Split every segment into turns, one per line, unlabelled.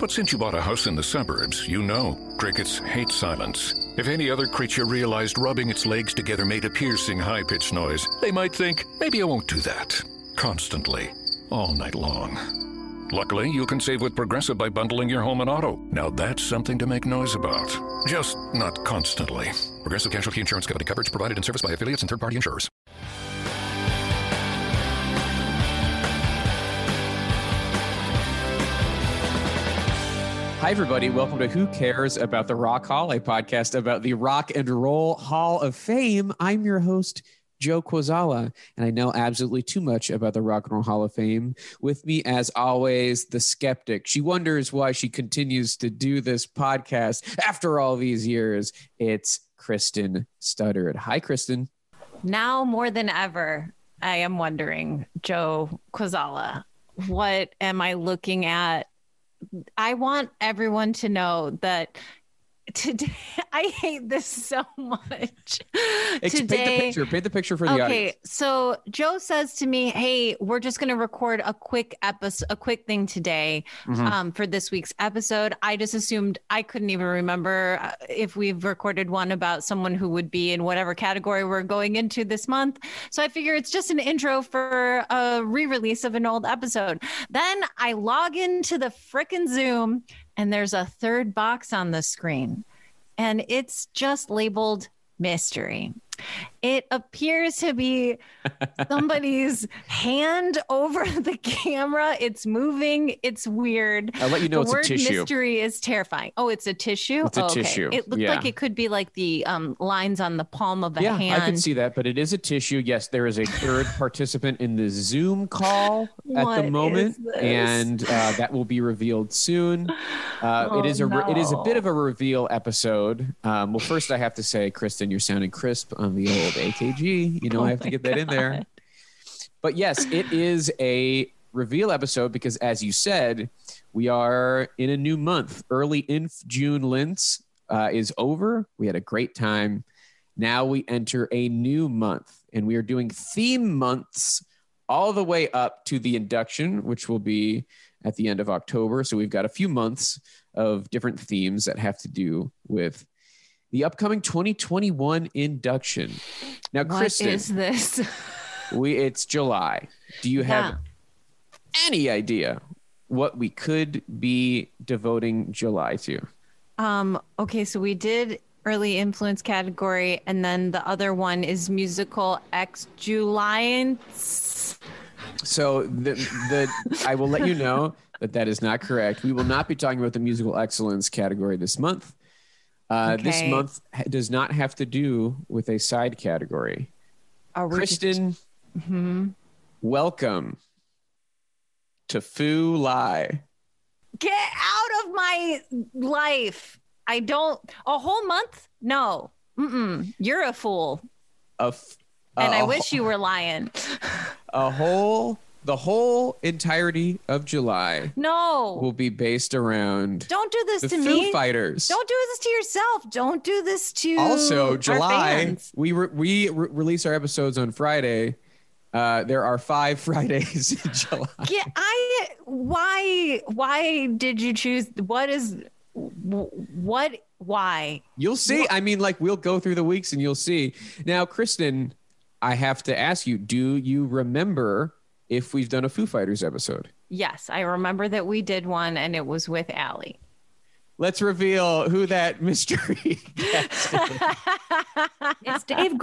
But since you bought a house in the suburbs, you know crickets hate silence. If any other creature realized rubbing its legs together made a piercing, high pitched noise, they might think, maybe I won't do that. Constantly, all night long. Luckily, you can save with Progressive by bundling your home and auto. Now that's something to make noise about. Just not constantly. Progressive Casualty Insurance Company coverage provided and serviced by affiliates and third party insurers.
Hi, everybody. Welcome to Who Cares About the Rock Hall, a podcast about the Rock and Roll Hall of Fame. I'm your host, Joe Quazala, and I know absolutely too much about the Rock and Roll Hall of Fame. With me, as always, the skeptic. She wonders why she continues to do this podcast after all these years. It's Kristen Studdard. Hi, Kristen.
Now more than ever, I am wondering, Joe Quazala, what am I looking at? I want everyone to know that today I hate this so much.
Ex- paint the picture. Paint the picture for the
okay,
audience.
so Joe says to me, "Hey, we're just going to record a quick episode, a quick thing today
Mhm.
um, for this week's episode." I just assumed I couldn't even remember uh, if we've recorded one about someone who would be in whatever category we're going into this month. So I figure it's just an intro for a re-release of an old episode. Then I log into the frickin' Zoom, and there's a third box on the screen, and it's just labeled mystery. It appears to be somebody's hand over the camera. It's moving. It's weird.
I'll let you know
the
it's a
word
tissue.
mystery is terrifying. Oh, it's a tissue.
It's a
Oh, okay.
tissue.
It looked
Yeah.
like it could be like the um, lines on the palm of a
yeah,
hand.
I can see that, but it is a tissue. Yes, there is a third participant in the Zoom call at
What
the
is
moment,
this?
and uh, that will be revealed soon. Uh,
Oh,
it is a re- it is a bit
no.
of a reveal episode. Um, well, first I have to say, Kristen, you're sounding crisp on the old AKG. You know,
Oh
I have to
my
get that in there.
God.
But yes, it is a reveal episode because, as you said, we are in a new month. Early Inf June Lentz uh, is over. We had a great time. Now we enter a new month, and we are doing theme months all the way up to the induction, which will be at the end of October. So we've got a few months of different themes that have to do with the upcoming 2021 induction. Now,
What
Kristen,
is this?
we it's July. Do you have
Yeah.
any idea what we could be devoting July to?
Um, okay, so we did early influence category, and then the other one is musical ex Julians.
So the the I will let you know that that is not correct. We will not be talking about the musical excellence category this month. Uh, This
Okay.
month ha- does not have to do with a side category.
Are we just-
Kristen,
Mhm.
welcome to Foo Lie.
Get out of my life. I don't, a whole month? No. Mm-mm. You're a fool.
A f-
And
a
I
wh-
wish you were lying.
a whole the whole entirety of July
No.
will be based around
don't do this
the
to
Foo
me.
Fighters.
Don't do this to yourself. Don't do this to
also,
our
July
fans.
we re- we re- release our episodes on Friday. Uh, there are five Fridays in July.
yeah i why why did you choose what is what why
You'll see. I mean, like we'll go through the weeks and you'll see. Now, Kristen, I have to ask you, do you remember if we've done a Foo Fighters episode?
Yes, I remember that we did one and it was with Allie.
Let's reveal who that mystery guest is.
It's Dave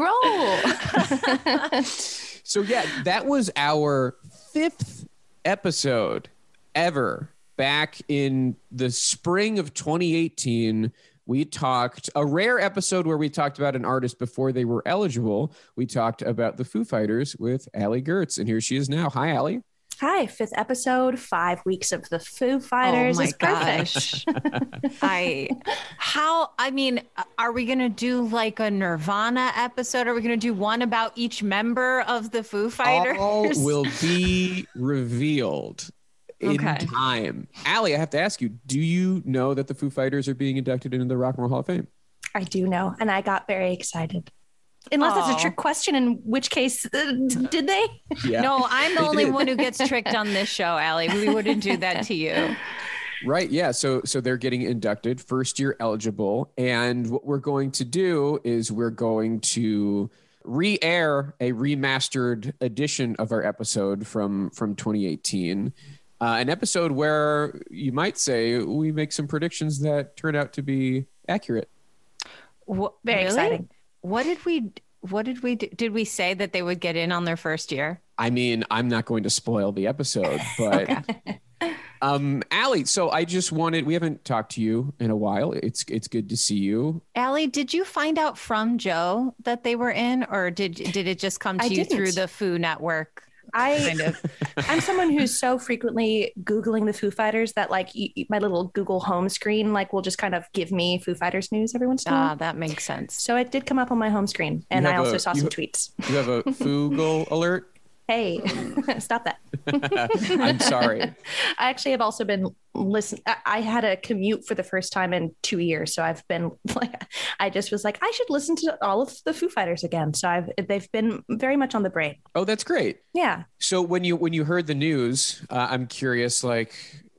Grohl.
So yeah, that was our fifth episode ever. Back in the spring of 2018, we talked a rare episode where we talked about an artist before they were eligible. We talked about the Foo Fighters with Allie Gertz, and here she is now. Hi, Allie.
Hi, fifth episode, five weeks of the Foo Fighters.
oh my
It's perfect.
gosh. I how I mean, are we gonna do like a Nirvana episode? Are we gonna do one about each member of the Foo Fighters?
All will be revealed in
Okay.
time. Allie, I have to ask you: Do you know that the Foo Fighters are being inducted into the Rock and Roll Hall of Fame?
I do know, and I got very excited. Unless it's
Aw.
a trick question, in which case uh, d- did they?
Yeah.
No, I'm the
They
only
did.
one who gets tricked on this show, Allie. We wouldn't do that to you.
Right. Yeah. So so they're getting inducted, first year eligible, and what we're going to do is we're going to re-air a remastered edition of our episode from from 2018. Uh, an episode where you might say we make some predictions that turn out to be accurate.
Wha-
Very
really?
exciting.
What did we? What did we? Do? Did we say that they would get in on their first year?
I mean, I'm not going to spoil the episode, but um Allie, so I just wanted we haven't talked to you in a while. It's it's good to see you.
Allie, did you find out from Joe that they were in, or did did it just come to
I
you through
didn't.
the Foo Network?
I
Kind of.
I'm someone who's so frequently googling the Foo Fighters that like y- y- my little Google Home screen like will just kind of give me Foo Fighters news every once in a
Ah,
while.
that makes sense.
So it did come up on my home screen, and I
have
also
a-
saw
you
some
ha-
tweets.
You have a Fugle alert?
Hey, stop that!
I'm sorry.
I actually have also been listen. I- I had a commute for the first time in two years, so I've been like, I just was like, I should listen to all of the Foo Fighters again. So I've they've been very much on the brain.
Oh, that's great.
Yeah,
So when you when you heard the news, uh, I'm curious. Like,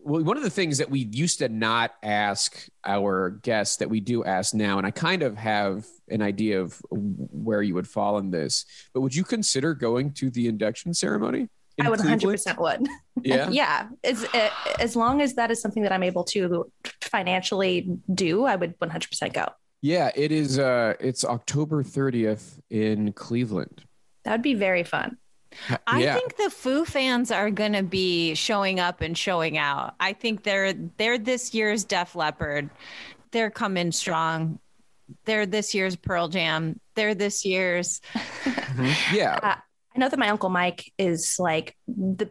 well, one of the things that we used to not ask our guests that we do ask now, and I kind of have an idea of where you would fall in this. But would you consider going to the induction ceremony? in
I would
Cleveland?
100% would.
Yeah.
yeah as uh, as long as that is something that i'm able to financially do i would 100% go
Yeah. It is. Uh, it's October 30th in Cleveland.
that would be very fun
I
yeah.
think the Foo fans are going to be showing up and showing out. I think they're they're this year's Def Leppard. They're coming strong. They're this year's Pearl Jam. They're this year's
yeah.
i know that my uncle mike is like the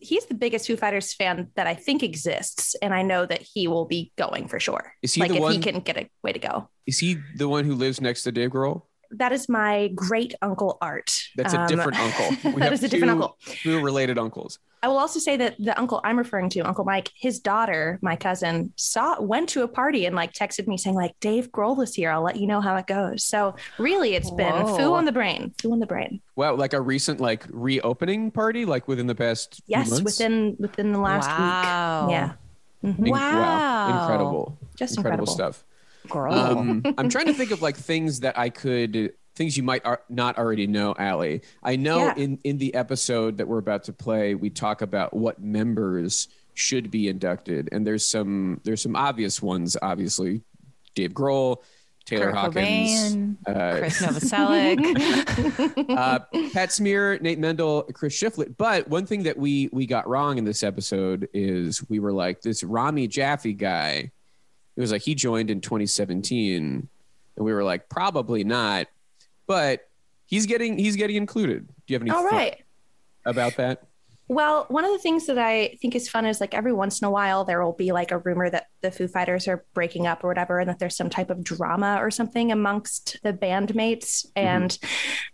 he's the biggest foo fighters fan that i think exists and i know that he will be going for sure
Is he
like
the
if he
one-
can get a way to go
Is he the one who lives next to Dave Grohl?
that is my great uncle art
That's a
Um,
different uncle.
that is a different
two-
uncle
Two related uncles.
I will also say that the uncle I'm referring to, Uncle Mike, his daughter, my cousin, saw went to a party and like texted me saying like Dave Grohl is here. I'll let you know how it goes. So really, it's been
Whoa.
foo on the brain, foo on the brain.
Wow, like a recent like reopening party, like within the past. few
Yes,
months?
within within the last
wow.
week. Yeah,
Inc-
Wow.
incredible,
just
incredible
incredible,
stuff.
Girl.
Um, I'm trying to think of like things that I could, things you might ar- not already know, Allie. I know
Yeah.
in in the episode that we're about to play, we talk about what members should be inducted, and there's some there's some obvious ones, obviously, Dave Grohl, Taylor
Kurt
Hawkins,
Cobain,
uh,
Chris Novoselic.
uh, Pat Smear, Nate Mendel, Chris Shiflett. But one thing that we we got wrong in this episode is we were like this Rami Jaffe guy. It was like he joined in 2017, and we were like probably not, but he's getting he's getting included. Do you have any
All
thought
right.
about that?
Well, one of the things that I think is fun is like every once in a while there will be like a rumor that the Foo Fighters are breaking up or whatever, and that there's some type of drama or something amongst the bandmates, and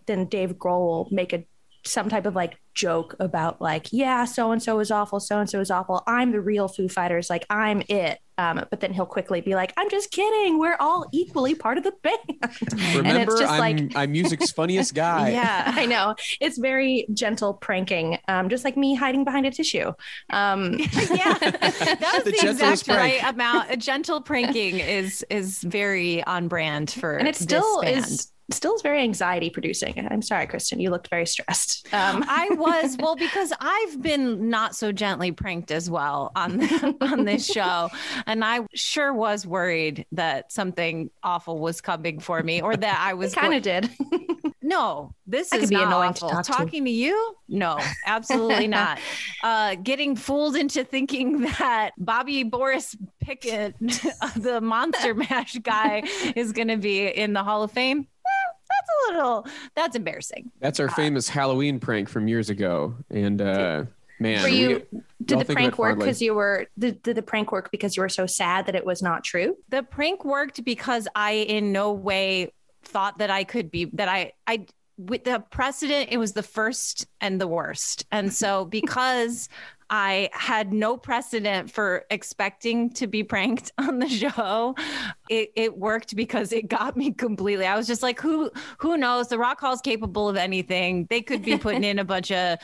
then Dave Grohl will make a some type of like joke about like yeah so and so is awful so and so is awful i'm the real foo fighters like i'm it um but then he'll quickly be like i'm just kidding we're all equally part of the band
Remember,
just
I'm
like-
I'm music's funniest guy.
yeah.
I know. It's very gentle pranking, um, just like me hiding behind a tissue. Um,
yeah, that was
The
the,
gentlest
exact
prank.
right amount. Gentle pranking is is very on brand for
and it
this
still
band.
is still is very anxiety producing. I'm sorry, Kristen, you looked very stressed. Um,
I was well because I've been not so gently pranked as well on on this show, and I sure was worried that something awful was coming for me, or that I was
kind of did.
No, this
That
is
could be
not
annoying to
awful.
talk to.
Talking to you? No, absolutely not. Uh, getting fooled into thinking that Bobby Boris Pickett, the Monster Mash guy, is going to be in the Hall of Fame. Eh, That's a little. That's embarrassing.
That's our famous Halloween prank from years ago. And uh, man,
Were
we-
you-
y'all
Did the
think of
prank
it
work
fondly.
because you were did, did the prank work because you were so sad that it was not true?
The prank worked because I, in no way, thought that I could be that I I with the precedent. It was the first and the worst, and so because. I had no precedent for expecting to be pranked on the show. It, it worked because it got me completely. I was just like, who who knows? The Rock Hall's capable of anything. They could be putting in a bunch of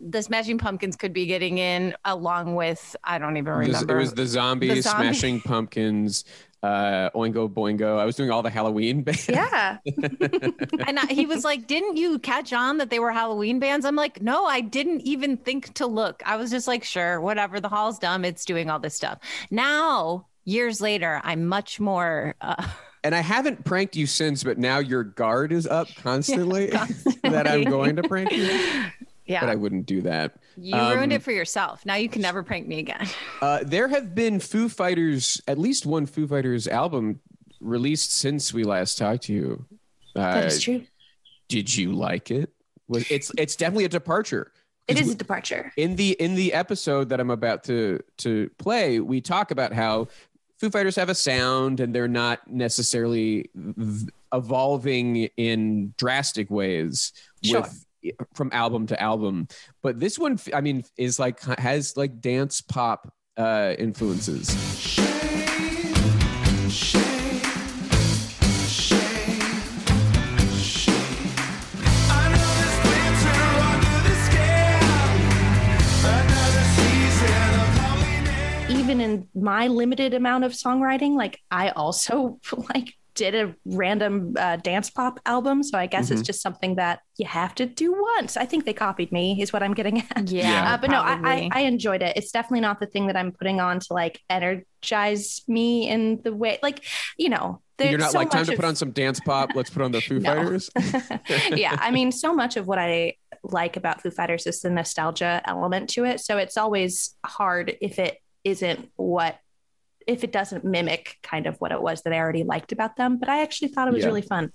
the Smashing Pumpkins could be getting in along with I don't even
This-
remember.
It was the zombie,
The zombie.
smashing pumpkins, uh, Oingo Boingo. I was doing all the Halloween bands.
Yeah.
and I, he was like, "Didn't you catch on that they were Halloween bands?" I'm like, "No, I didn't even think to look. I was just like, sure, whatever. The hall's dumb. It's doing all this stuff." Now, years later, I'm much more. Uh,
And I haven't pranked you since, but now your guard is up constantly that I'm going to prank you. But I
yeah,
wouldn't do that.
you ruined
um,
it for yourself. Now you can never prank me again.
Uh, there have been Foo Fighters, at least one Foo Fighters album released since we last talked to you. Uh,
That is true.
Did you like it? Was it's it's definitely a departure.
It
'Cause
is a departure.
in the in the episode that I'm about to to play, we talk about how Foo Fighters have a sound and they're not necessarily v- evolving in drastic ways
Sure.
with from album to album. But this one, I mean, is like has like dance pop uh, influences.
Even in my limited amount of songwriting, like I also like did a random uh, dance pop album. So I guess
Mm-hmm.
it's just something that you have to do once. I think they copied me, is what I'm getting at.
Yeah.
Uh, but no, I, I,
probably.
I enjoyed it. It's definitely not the thing that I'm putting on to like energize me in the way, like, you know, there's
You're not
so
like time
much
to
of-
put on some dance pop. Let's put on the Foo
No.
Fighters. Mm-hmm.
yeah, I mean, so much of what I like about Foo Fighters is the nostalgia element to it. So it's always hard if it isn't what, if it doesn't mimic kind of what it was that I already liked about them. But I actually thought it was
Yeah.
really fun.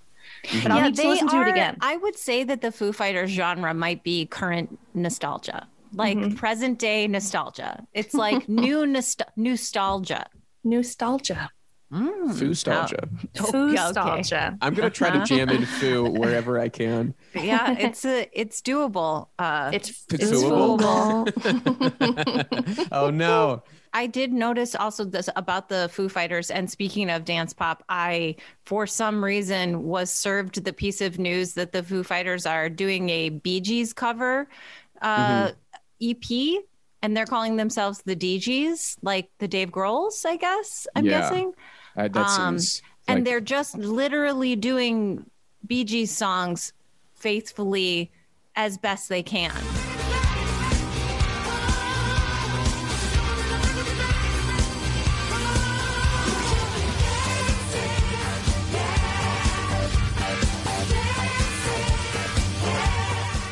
But I'll need to
they
listen to
are-
it again.
I would say that the Foo Fighters genre might be current nostalgia, like
Mhm.
present day nostalgia. It's like new nost- nostalgia.
Nostalgia.
Mm.
Foo nostalgia.
Oh,
Foo
yeah, okay.
nostalgia.
I'm gonna try to
Uh-huh.
jam in Foo wherever I can.
yeah, it's a, it's doable. Uh,
It's,
It's
it's
doable.
doable.
oh no.
I did notice also this about the Foo Fighters. And speaking of dance pop, I for some reason was served the piece of news that the Foo Fighters are doing a Bee Gees cover
Mm-hmm.
uh, EP, and they're calling themselves the DGs, like the Dave Grohls, I guess. I'm
Yeah.
guessing.
Uh, that
Um,
seems
and
like-
they're just literally doing Bee Gees songs faithfully as best they can.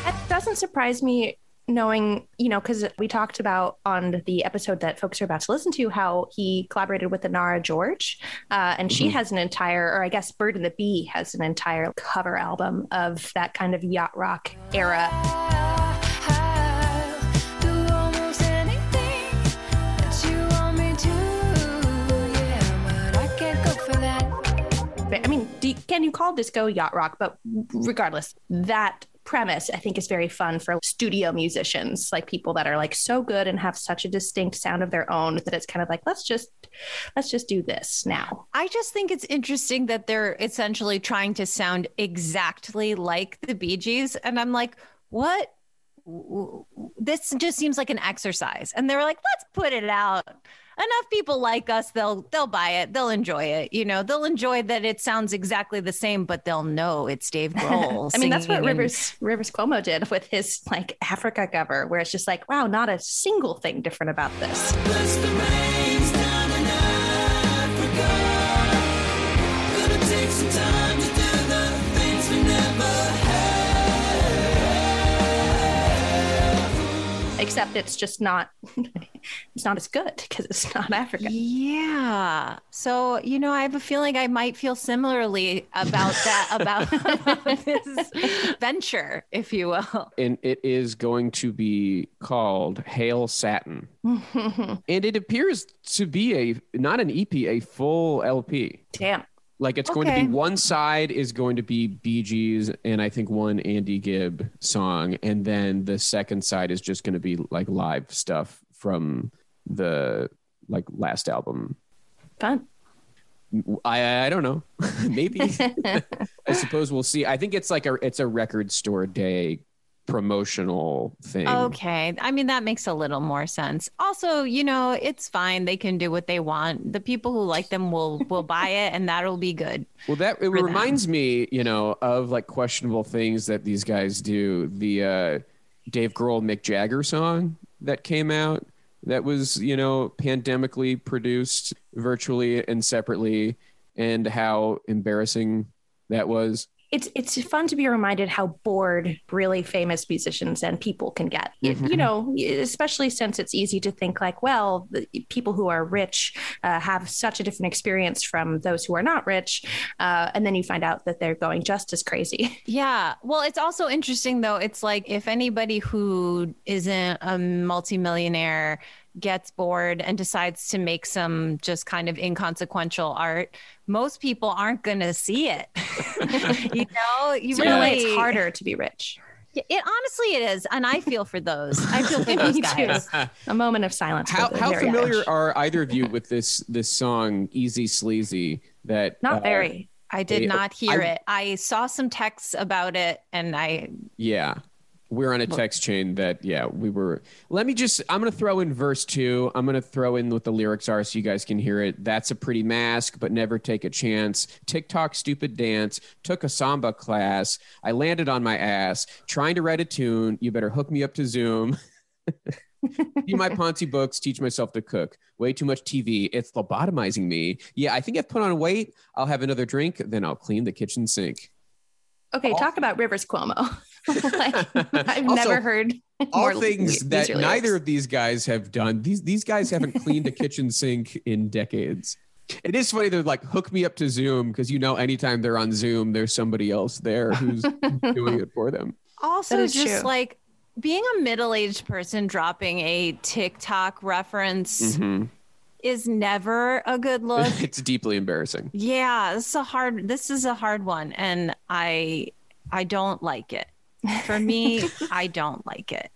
That doesn't surprise me knowing, you know, because we talked about on the episode that folks are about to listen to how he collaborated with Anara George. Uh, and she has an entire, or I guess Bird and the Bee has an entire cover album of that kind of yacht rock era. I mean, do, can you call disco yacht rock? But regardless, that premise I think is very fun for studio musicians, like people that are like so good and have such a distinct sound of their own that it's kind of like let's just let's just do this now.
I just think it's interesting that they're essentially trying to sound exactly like the Bee Gees. And I'm like, what? W- w- This just seems like an exercise. And they were like, let's put it out. enough people like us, they'll they'll buy it, they'll enjoy it. You know, they'll enjoy that it sounds exactly the same, but they'll know it's Dave Grohl.
I mean, that's what
singing and-
Rivers Rivers Cuomo did with his like Africa cover, where it's just like, wow, not a single thing different about this. Except it's just not, it's not as good because it's not Africa.
Yeah. So, you know, I have a feeling I might feel similarly about that, about this venture, if you will.
and it is going to be called Hail Satin. and it appears to be a not an EP, a full LP.
Damn.
Like it's going to
Okay.
be one side is going to be Bee Gees and I think one Andy Gibb song, and then the second side is just going to be like live stuff from the like last album.
Fun.
I I don't know, maybe. I suppose we'll see. I think it's like a it's a record store day promotional thing.
Okay. I mean, that makes a little more sense. Also, you know, it's fine. They can do what they want. The people who like them will will buy it and that'll be good.
Well, that it
them.
reminds me, you know, of like questionable things that these guys do. The uh, Dave Grohl Mick Jagger song that came out that was, you know, pandemically produced virtually and separately, and how embarrassing that was.
It's it's fun to be reminded how bored really famous musicians and people can get. You-
Mm-hmm.
You know, especially since it's easy to think like, well, the people who are rich uh, have such a different experience from those who are not rich, uh, and then you find out that they're going just as crazy.
Yeah. Well, it's also interesting though. It's like if anybody who isn't a multimillionaire gets bored and decides to make some just kind of inconsequential art, most people aren't going to see it. you know, you
So in a
really
way, it's harder to be rich.
It honestly it is, and I feel for those. I feel for
Me
those
too.
guys.
A moment of silence.
How
for the
how
very
familiar
rich.
are either of you with this this song "Easy Sleazy"? That
Not
uh,
very.
I did
They-
not hear
I-
it. I saw some texts about it, and I
Yeah. We're on a text chain that, yeah, we were. Let me just, I'm going to throw in verse two. I'm going to throw in what the lyrics are so you guys can hear it. That's a pretty mask, but never take a chance. TikTok stupid dance. Took a samba class. I landed on my ass. Trying to write a tune. You better hook me up to Zoom. Do my Ponzi books, teach myself to cook. Way too much TV. It's lobotomizing me. Yeah, I think I've put on weight. I'll have another drink, then I'll clean the kitchen sink.
Okay, talk about Rivers Cuomo. like, I've
Also,
never heard
all
more
things
li-
that
these are
neither
lyrics.
of these guys have done. These these guys haven't cleaned a kitchen sink in decades. It is funny they're like hook me up to Zoom because you know anytime they're on Zoom, there's somebody else there who's doing it for them.
also
That is
just
true.
like being a middle-aged person dropping a TikTok reference
Mm-hmm.
Mm-hmm.
is never a good look.
it's deeply embarrassing.
yeah, this is a hard. This is a hard one, and I I don't like it. For me, I don't like it.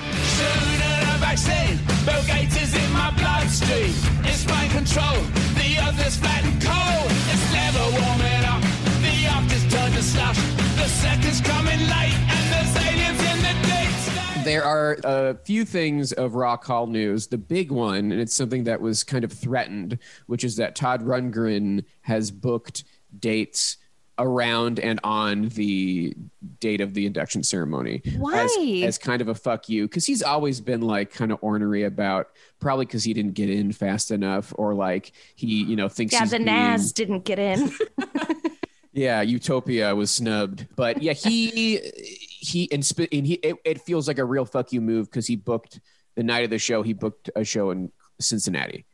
Sooner the vaccine, Bill Gates is in my bloodstream. It's mind control, the earth is flat and cold. It's never warming up, the earth is turned to slush. The second's coming late, and there's aliens in the deep state.
There are a few things of Rock Hall news. The big one, and it's something that was kind of threatened, which is that Todd Rundgren has booked dates around and on the date of the induction ceremony. As,
Why?
as kind of a fuck you, because he's always been like kind of ornery about probably because he didn't get in fast enough or like he, you know, thinks
Yeah,
he's
the
being-
Nas didn't get in.
yeah, Utopia was snubbed, but yeah, he he and, sp- and he it, it feels like a real fuck you move because he booked the night of the show. He booked a show in Cincinnati,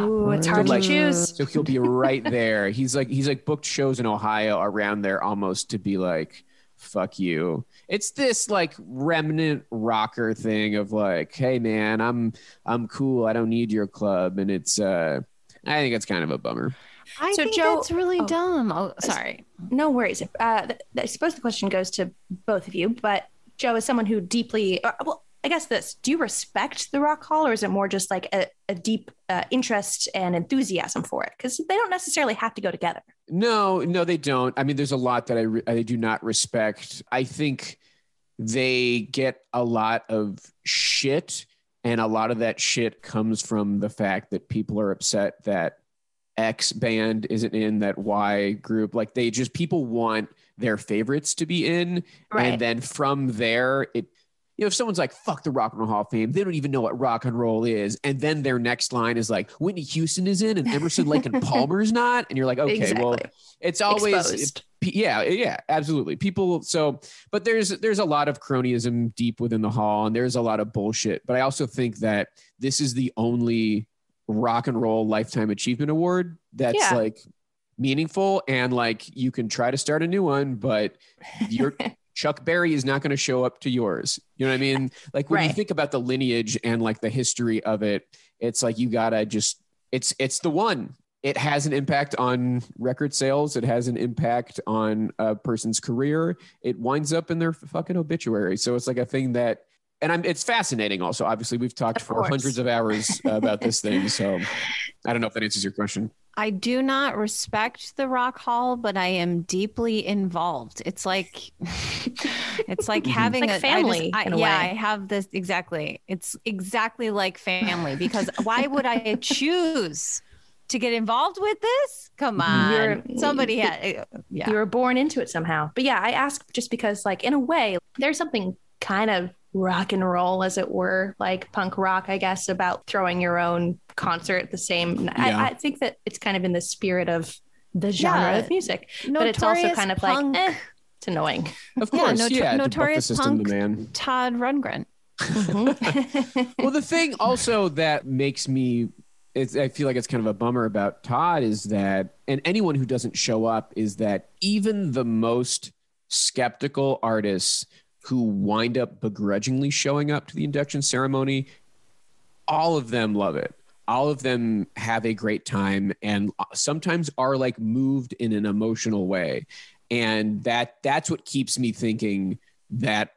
Ooh, it's hard
Like-
to choose.
so he'll be right there. He's like he's like booked shows in Ohio around there almost to be like fuck you. It's this like remnant rocker thing of like, hey man, I'm I'm cool. I don't need your club, and it's uh, I think it's kind of a bummer.
I
So,
think
Joe-
that's really
oh.
dumb. Oh, sorry.
No worries. Uh, th- I suppose the question goes to both of you, but Joe, is someone who deeply, uh, well, I guess this, do you respect the Rock Hall or is it more just like a, a deep uh, interest and enthusiasm for it? Because they don't necessarily have to go together.
No, no, they don't. I mean, there's a lot that I, re- I do not respect. I think they get a lot of shit And a lot of that shit comes from the fact that people are upset that X band isn't in that Y group. Like they just people want their favorites to be in.
Right.
And then from there, it you know, if someone's like, fuck the Rock and Roll Hall of Fame, they don't even know what rock and roll is. And then their next line is like, Whitney Houston is in and Emerson Lake and Palmer's not. And you're like, okay, well,
Exactly.
it's always
Exposed.
P- yeah eh, yeah absolutely people so but there's there's a lot of cronyism deep within the hall and there's a lot of bullshit but i also think that this is the only rock and roll lifetime achievement award that's
Yeah.
like meaningful and like you can try to start a new one but your chuck berry is not going to show up to yours you know what i mean like when you
Right.
think about the lineage and like the history of it it's like you gotta just it's it's the one it has an impact on record sales it has an impact on a person's career it winds up in their fucking obituary so it's like a thing that and I'm, it's fascinating also obviously we've talked
Of
for
course.
hundreds of hours about this thing so i don't know if that answers your question
I do not respect the Rock Hall, but I am deeply involved. It's like it's like having a I
It's like
just-
family
I-
in a
yeah,
way.
I have this exactly. It's exactly like family because why would I choose to get involved with this? Come on,
You're-
somebody had yeah.
You were born into it somehow. But yeah, I ask just because, like, in a way, there's something kind of rock and roll, as it were, like punk rock, I guess, about throwing your own concert the same.
Yeah.
I, I think that it's kind of in the spirit of the genre
Yeah.
of music,
Notorious
but it's also kind of
punk-
like, eh, it's annoying.
of
Yeah,
course
noto-
yeah, to buck the
notorious
system
punk.
demand
Todd Rundgren.
well, the thing also that makes me, it's, I feel like it's kind of a bummer about Todd is that, and anyone who doesn't show up is that even the most skeptical artists who wind up begrudgingly showing up to the induction ceremony, all of them love it. All of them have a great time and sometimes are like moved in an emotional way. And that that's what keeps me thinking that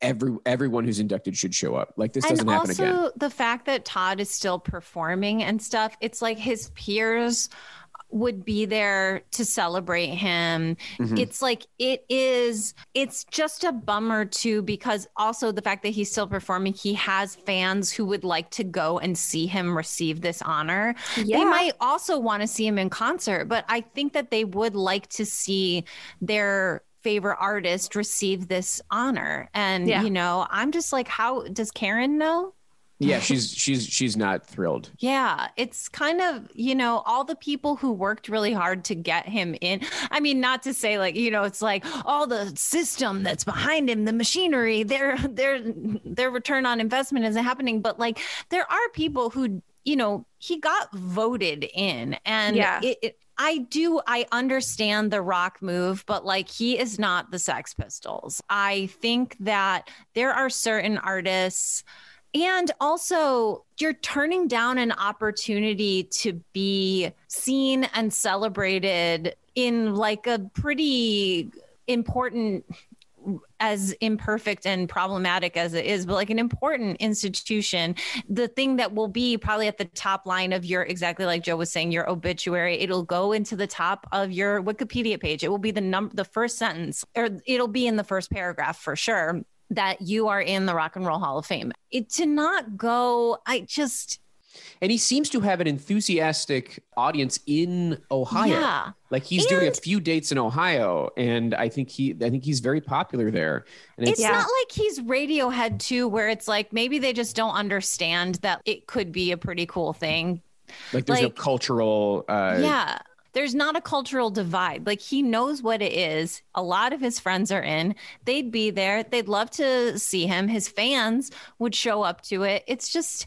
every everyone who's inducted should show up. Like this doesn't
and
happen
also
again.
the fact that Todd is still performing and stuff, it's like his peers would be there to celebrate him.
Mhm.
It's like it is it's just a bummer too because also the fact that he's still performing, he has fans who would like to go and see him receive this honor. They might also want to see him in concert, but I think that they would like to see their favorite artist receive this honor. And
Yeah.
you know, I'm just like, how does Karen know?
Yeah, she's she's she's not thrilled.
Yeah, it's kind of, you know, all the people who worked really hard to get him in. I mean, not to say like, you know, it's like all the system that's behind him, the machinery, their their their return on investment isn't happening, but like there are people who, you know, he got voted in and
Yeah.
it, it I do I understand the rock move, but like he is not the Sex Pistols. I think that there are certain artists and also, you're turning down an opportunity to be seen and celebrated in like a pretty important as imperfect and problematic as it is, but like an important institution, the thing that will be probably at the top line of your, exactly like Joe was saying, your obituary, it'll go into the top of your Wikipedia page. It will be the num the first sentence, or it'll be in the first paragraph for sure that you are in the Rock and Roll Hall of Fame. It to not go, I just
And he seems to have an enthusiastic audience in Ohio.
yeah.
Like he's doing a
And-
few dates in Ohio and I think he I think he's very popular there. And
It's
it's
Yeah.
not like he's Radiohead too, where it's like maybe they just don't understand that it could be a pretty cool thing.
like there's no
like-
cultural uh
yeah. There's not a cultural divide. Like he knows what it is. A lot of his friends are in. They'd be there. They'd love to see him. His fans would show up to it. It's just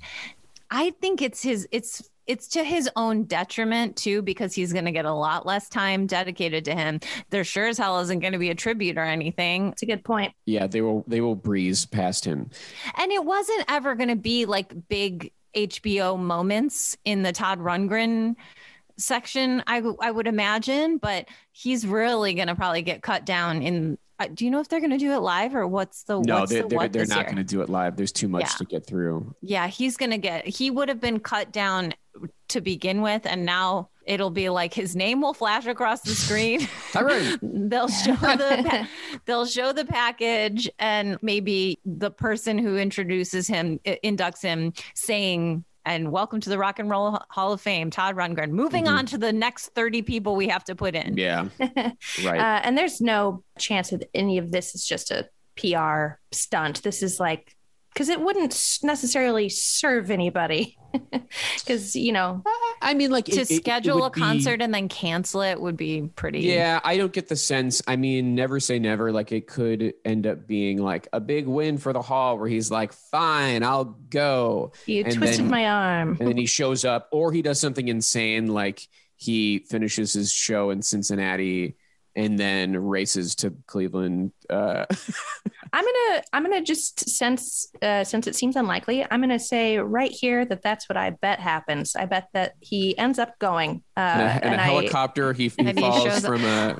I think it's his it's it's to his own detriment too because he's going to get a lot less time dedicated to him. There sure as hell isn't going to be a tribute or anything.
It's a good point.
yeah, they will they will breeze past him.
And it wasn't ever going to be like big HBO moments in the Todd Rundgren section, I, w- I would imagine, but he's really going to probably get cut down in. Uh, do you know if they're going to do it live or what's the
No,
what's
they,
the
they're
what
they're
this
not
year?
going to do it live. There's too much
Yeah.
to get through.
Yeah, he's going to get. He would have been cut down to begin with, and now it'll be like his name will flash across the screen.
Tyrone.
they'll show the pa- they'll show the package and maybe the person who introduces him i- inducts him saying and welcome to the Rock and Roll Hall of Fame, Todd Rundgren. Moving on to the next 30 people we have to put in.
Yeah. Right.
Uh, and there's no chance that any of this is just a PR stunt. This is like, because it wouldn't s- necessarily serve anybody. Because, you know,
I mean, like
To
it- it- it
schedule a
would be-
concert and then cancel it would be pretty.
Yeah, I don't get the sense. I mean, never say never. Like it could end up being like a big win for the hall where he's like, fine, I'll go.
you
And
twisted
then-
my arm.
And then he shows up or he does something insane like he finishes his show in Cincinnati and then races to Cleveland. Uh,
I'm gonna I'm gonna just since uh, since it seems unlikely, I'm gonna say right here that that's what I bet happens. I bet that he ends up going uh,
in a, in a
and I-
helicopter. He, he
and he
falls
shows up-
from a.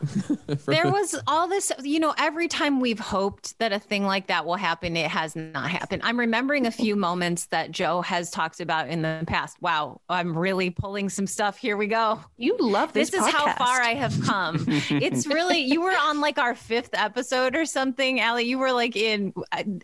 from
There
a-
was all this, you know, every time we've hoped that a thing like that will happen, it has not happened. I'm remembering a few moments that Joe has talked about in the past. Wow, I'm really pulling some stuff. Here we go.
you love this.
This, is how
podcast.
far I have come. it's really you were on like our fifth episode or something, Allie. You were like in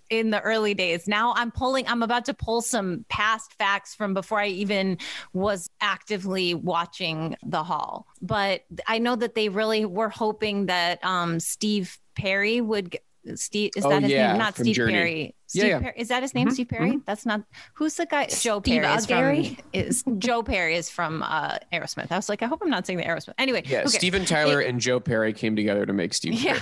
in the early days. Now I'm pulling. I'm about to pull some past facts from before I even was actively watching the hall. But I know that they really were hoping that um, Steve Perry would. g- Steve is
Oh,
that his
yeah,
name? Not
from
Steve
Journey.
Perry.
Yeah,
Steve
yeah. Mm-hmm.
Perry. Is that his name? Steve Perry? That's not who's the guy. Joe
Steve
Perry is
Agary?
from is Joe Perry is from uh, Aerosmith. I was like, I hope I'm not saying the Aerosmith. Anyway,
yeah,
okay.
Steven Tyler and Joe Perry came together to make Steve.
Yeah,
Perry.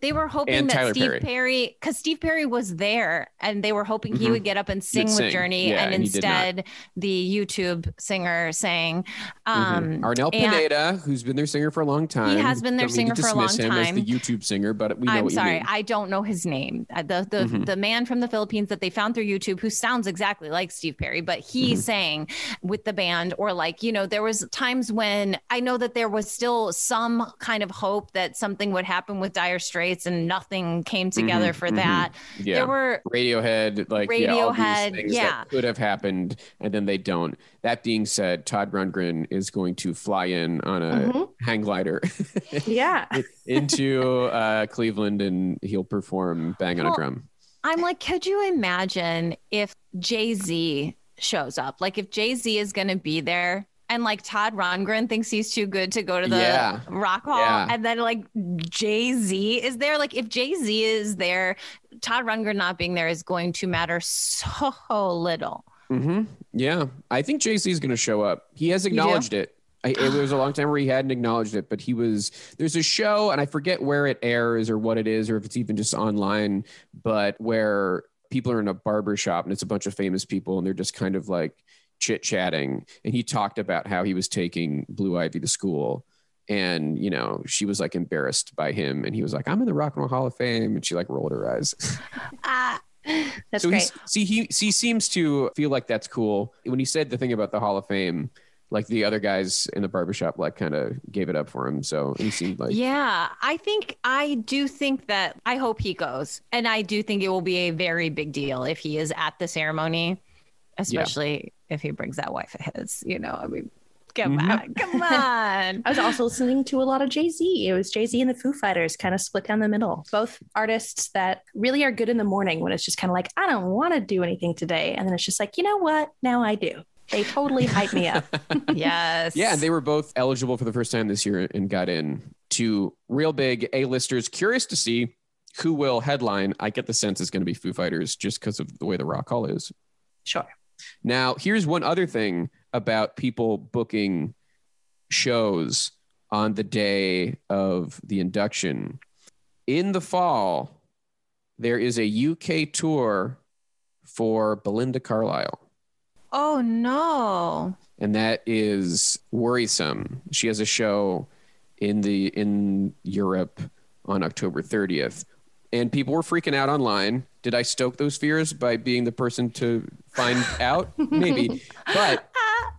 they were hoping
And
that
Tyler
Steve
Perry.
Perry, because Steve Perry was there, and they were hoping he
Mhm.
would get up and sing with
sing.
Journey,
Yeah,
and
and he did not.
instead the YouTube singer sang.
Mhm.
Um,
Arnell
and-
Pineda, who's been their singer for a long time.
has been their
Don't need to
singer for a
dismiss
long
him As
time.
the YouTube singer, but we know
I'm
what you
sorry,
mean.
I don't know his name. Uh, The the
Mhm.
the man from the Philippines that they found through YouTube, who sounds exactly like Steve Perry, but he
Mm-hmm.
sang with the band, or like you know, there was times when I know that there was still some kind of hope that something would happen with Dire Straits, and nothing came together
Mhm,
for
mhm.
that.
yeah.
There were
Radiohead, like yeah, all
Radiohead,
these things
yeah.
that could have happened, and then they don't. That being said, Todd Rundgren is going to fly in on a
Mhm.
Mm-hmm.
hang glider
Yeah.
into uh, Cleveland, and he'll perform "Bang on a
Well,
Drum."
I'm like, could you imagine if Jay Z shows up? Like, if Jay Z is going to be there and like Todd Rondgren thinks he's too good to go to the
Yeah.
rock hall,
Yeah.
and then like Jay Z is there. Like, if Jay Z is there, Todd Rundgren not being there is going to matter so little.
hmm Yeah, I think Jay Z is going to show up. He has
do?
acknowledged it. I, it was a long time where he hadn't acknowledged it, but he was. There's a show, and I forget where it airs or what it is, or if it's even just online, but where people are in a barber shop and it's a bunch of famous people, and they're just kind of like chit chatting. And he talked about how he was taking Blue Ivy to school, and you know she was like embarrassed by him, and he was like, "I'm in the Rock and Roll Hall of Fame," and she like rolled her eyes.
Ah,
That's
so
great.
he's see he he seems to feel like that's cool. When he said the thing about the Hall of Fame, like the other guys in the barbershop like kind of gave it up for him. So he seemed like
yeah. I think, I do think that I hope he goes. And I do think it will be a very big deal if he is at the ceremony. especially if he brings that wife of his. You know, I mean, come
Mm-hmm.
on, come on.
I was also listening to a lot of Jay Z. It was Jay Z and the Foo Fighters kind of split down the middle. Both artists that really are good in the morning when it's just kind of like, I don't want to do anything today. And then it's just like, you know what? Now I do. They totally hype me up.
yes.
yeah. And they were both eligible for the first time this year and got in to real big A listers. Curious to see who will headline. I get the sense it's going to be Foo Fighters just because of the way the Rock Hall is.
Sure.
Now, here's one other thing about people booking shows on the day of the induction. In the fall, there is a UK tour for Belinda Carlisle,
oh no.
and that is worrisome. She has a show in the in Europe on October 30th. And people were freaking out online. Did I stoke those fears by being the person to find out? Maybe. But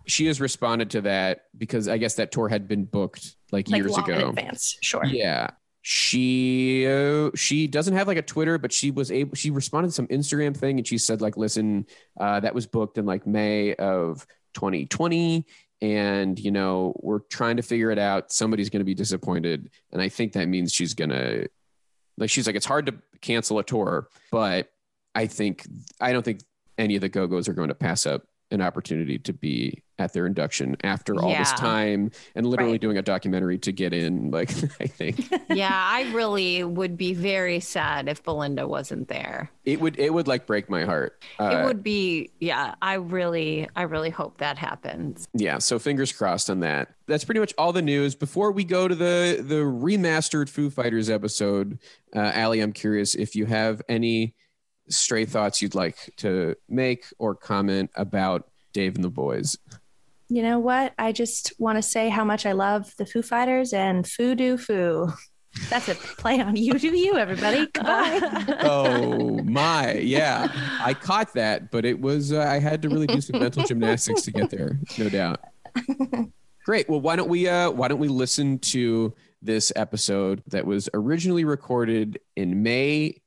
she has responded to that because I guess that tour had been booked like,
Like
years
long in
ago.
advance. Sure.
Yeah. She uh, she doesn't have like a Twitter, but she was able. She responded to some Instagram thing, and she said like, "Listen, uh, that was booked in like May of 2020,
and you know we're trying to figure it out somebody's going to be disappointed and i think that means she's going to like she's like it's hard to cancel a tour but i think i don't think any of the go-go's are going to pass up an opportunity to be at their induction after all this
Yeah.
time and literally
Right.
doing a documentary to get in like i think
yeah, I really would be very sad if Belinda wasn't there.
it would it would like break my heart
it
Uh,
would be, yeah, I really, I really hope that happens.
yeah so fingers crossed on that that's pretty much all the news before we go to the the remastered foo fighters episode uh ali i'm curious if you have any stray thoughts you'd like to make or comment about dave and the boys
You know what? I just want to say how much I love the Foo Fighters and Foo Do Foo. That's a play on you do you, everybody. Goodbye.
oh my yeah i caught that but it was uh, i had to really do some mental gymnastics to get there no doubt great well why don't we uh why don't we listen to this episode that was originally recorded in may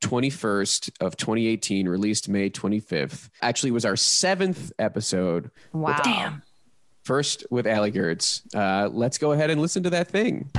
21st of 2018 released may 25th actually was our seventh episode
Wow.
Damn.
first with ali gertz uh, let's go ahead and listen to that thing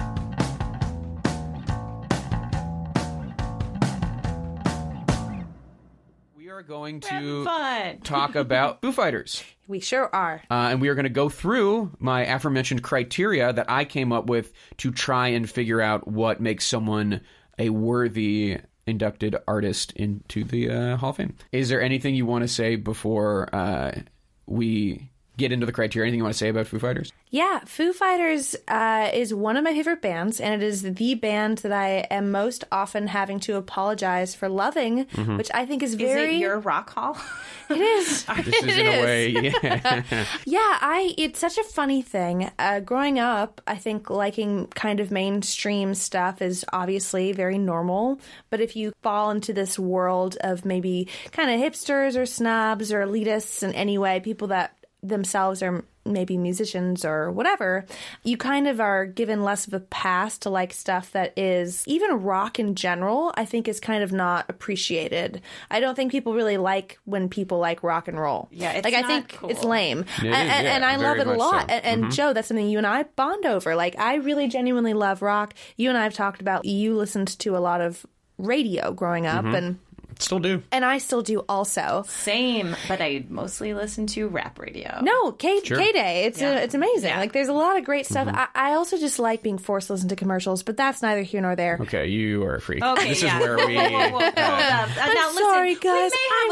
we are going to
Fun.
talk about Foo Fighters.
We sure are.
Uh, and we are going to go through my aforementioned criteria that I came up with to try and figure out what makes someone a worthy inducted artist into the uh, Hall of Fame. Is there anything you want to say before uh, we get into the criteria? Anything you want to say about Foo Fighters?
Yeah, Foo Fighters uh, is one of my favorite bands, and it is the band that I am most often having to apologize for loving,
Mm-hmm.
which I think is very.
Is it your rock hall?
It is.
This is in a way, yeah.
Yeah, I it's such a funny thing. Uh, growing up, I think liking kind of mainstream stuff is obviously very normal. But if you fall into this world of maybe kind of hipsters or snobs or elitists in any way, people that themselves are maybe musicians or whatever, you kind of are given less of a pass to like stuff that is even rock in general, I think is kind of not appreciated. I don't think people really like when people like rock and roll.
Yeah, it's
like I
not
think it's
cool.
lame.
It
and,
is,
and-
yeah,
and I
very
love it a
much
lot.
so. Mm-hmm.
And, and Joe, that's something you and I bond over. Like I really genuinely love rock. You and I have talked about you listened to a lot of radio growing up,
Mm-hmm.
and
Still do.
and I still do also.
Same, but I mostly listen to rap radio.
No, K K Day. It's a, it's amazing. Like there's a lot of great
Mm-hmm.
stuff. I, I also just like being forced to listen to commercials, but that's neither here nor there.
Okay, you are a freak.
Okay,
this
yeah.
is where we.
Whoa, whoa, whoa, hold
uh,
up. Uh, now,
sorry,
listen,
guys.
We may have
I'm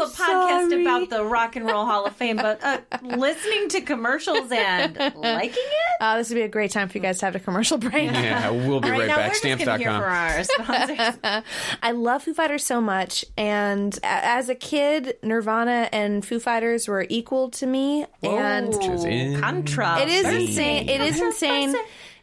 a podcast
sorry.
about the Rock and Roll Hall of Fame, but uh, listening to commercials and liking it.
Uh, this would be a great time for you guys to have a commercial break.
yeah, we'll be
All
right,
now
back.
we're just gonna hear
Stamps.com.
from our sponsors.
I love Foo Fighters so much, and a- as a kid, Nirvana and Foo Fighters were equal to me, and
is
Ooh, Contra.
It is insane. It is insane.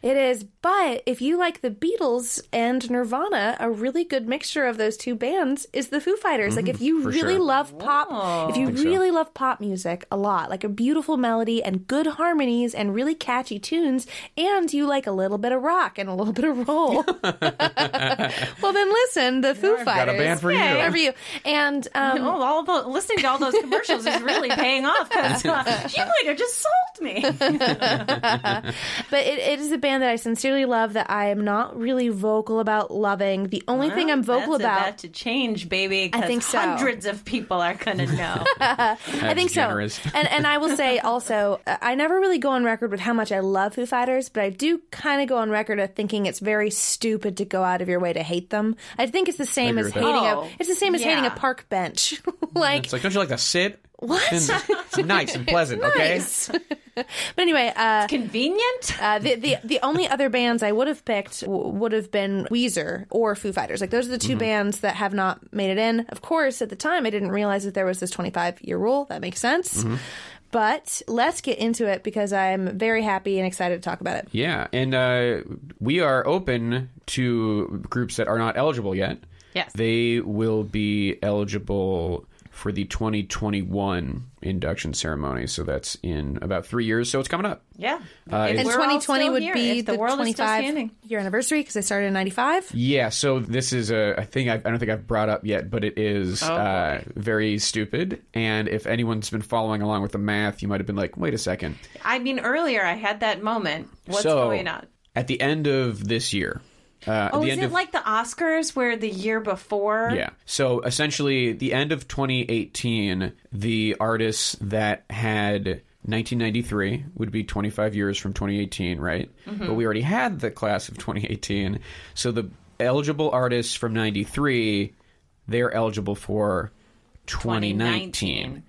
It is. But if you like the Beatles and Nirvana, a really good mixture of those two bands is the Foo Fighters. like if you
Mm-hmm. for
really
sure.
love pop, if you really love pop music a lot, like a beautiful melody and good harmonies and really catchy tunes, and you like a little bit of rock and a little bit of roll, well then listen, the Foo Fighters.
got a band for you.
Yeah, whatever you. And um,
Oh, all the, listening to all those commercials is really paying off because uh, you might have just sold me.
But it, it is a band that I sincerely love that I am not really vocal about loving. The only thing I'm vocal
That's
about,
about to change, baby. 'cause
think so.
Hundreds of people are gonna know.
I think
generous.
so. And and I will say also, uh, I never really go on record with how much I love Foo Fighters, but I do kind of go on record of thinking it's very stupid to go out of your way to hate them. I think it's the same as
with that.
hating
Oh,
a it's the same as hating a
yeah.
park bench. like
It's like, don't you like to sit?
what?
And it's nice and pleasant, okay?
But anyway, uh,
Convenient.
Uh, the, the the only other bands I would have picked w- would have been Weezer or Foo Fighters. Like those are the
Mm-hmm.
2 bands that have not made it in. Of course, at the time I didn't realize that there was this 25 year rule. That makes sense.
Mm-hmm.
But let's get into it because I'm very happy and excited to talk about it.
Yeah, and uh, we are open to groups that are not eligible yet.
Yes.
They will be eligible for the 2021 induction ceremony. So that's in about three years. So it's coming up.
Yeah.
Uh,
If
and
we're all
2020
still
would
here,
be
if
the,
world is still
25
standing.
year anniversary because I started in 95.
Yeah, so this is a, a thing I, I don't think I've brought up yet, but it is
Oh,
uh, very stupid. And if anyone's been following along with the math, you might have been like, wait a second.
I mean, earlier I had that moment. What's
so,
going on?
At the end of this year. Uh, at
Oh,
the
is
end
it
of,
like the Oscars where the year before?
Yeah. So essentially, the end of 2018, the artists that had 1993 would be 25 years from 2018, right? But we already had the class of 2018. So the eligible artists from 93, they're eligible for 2019,
2019.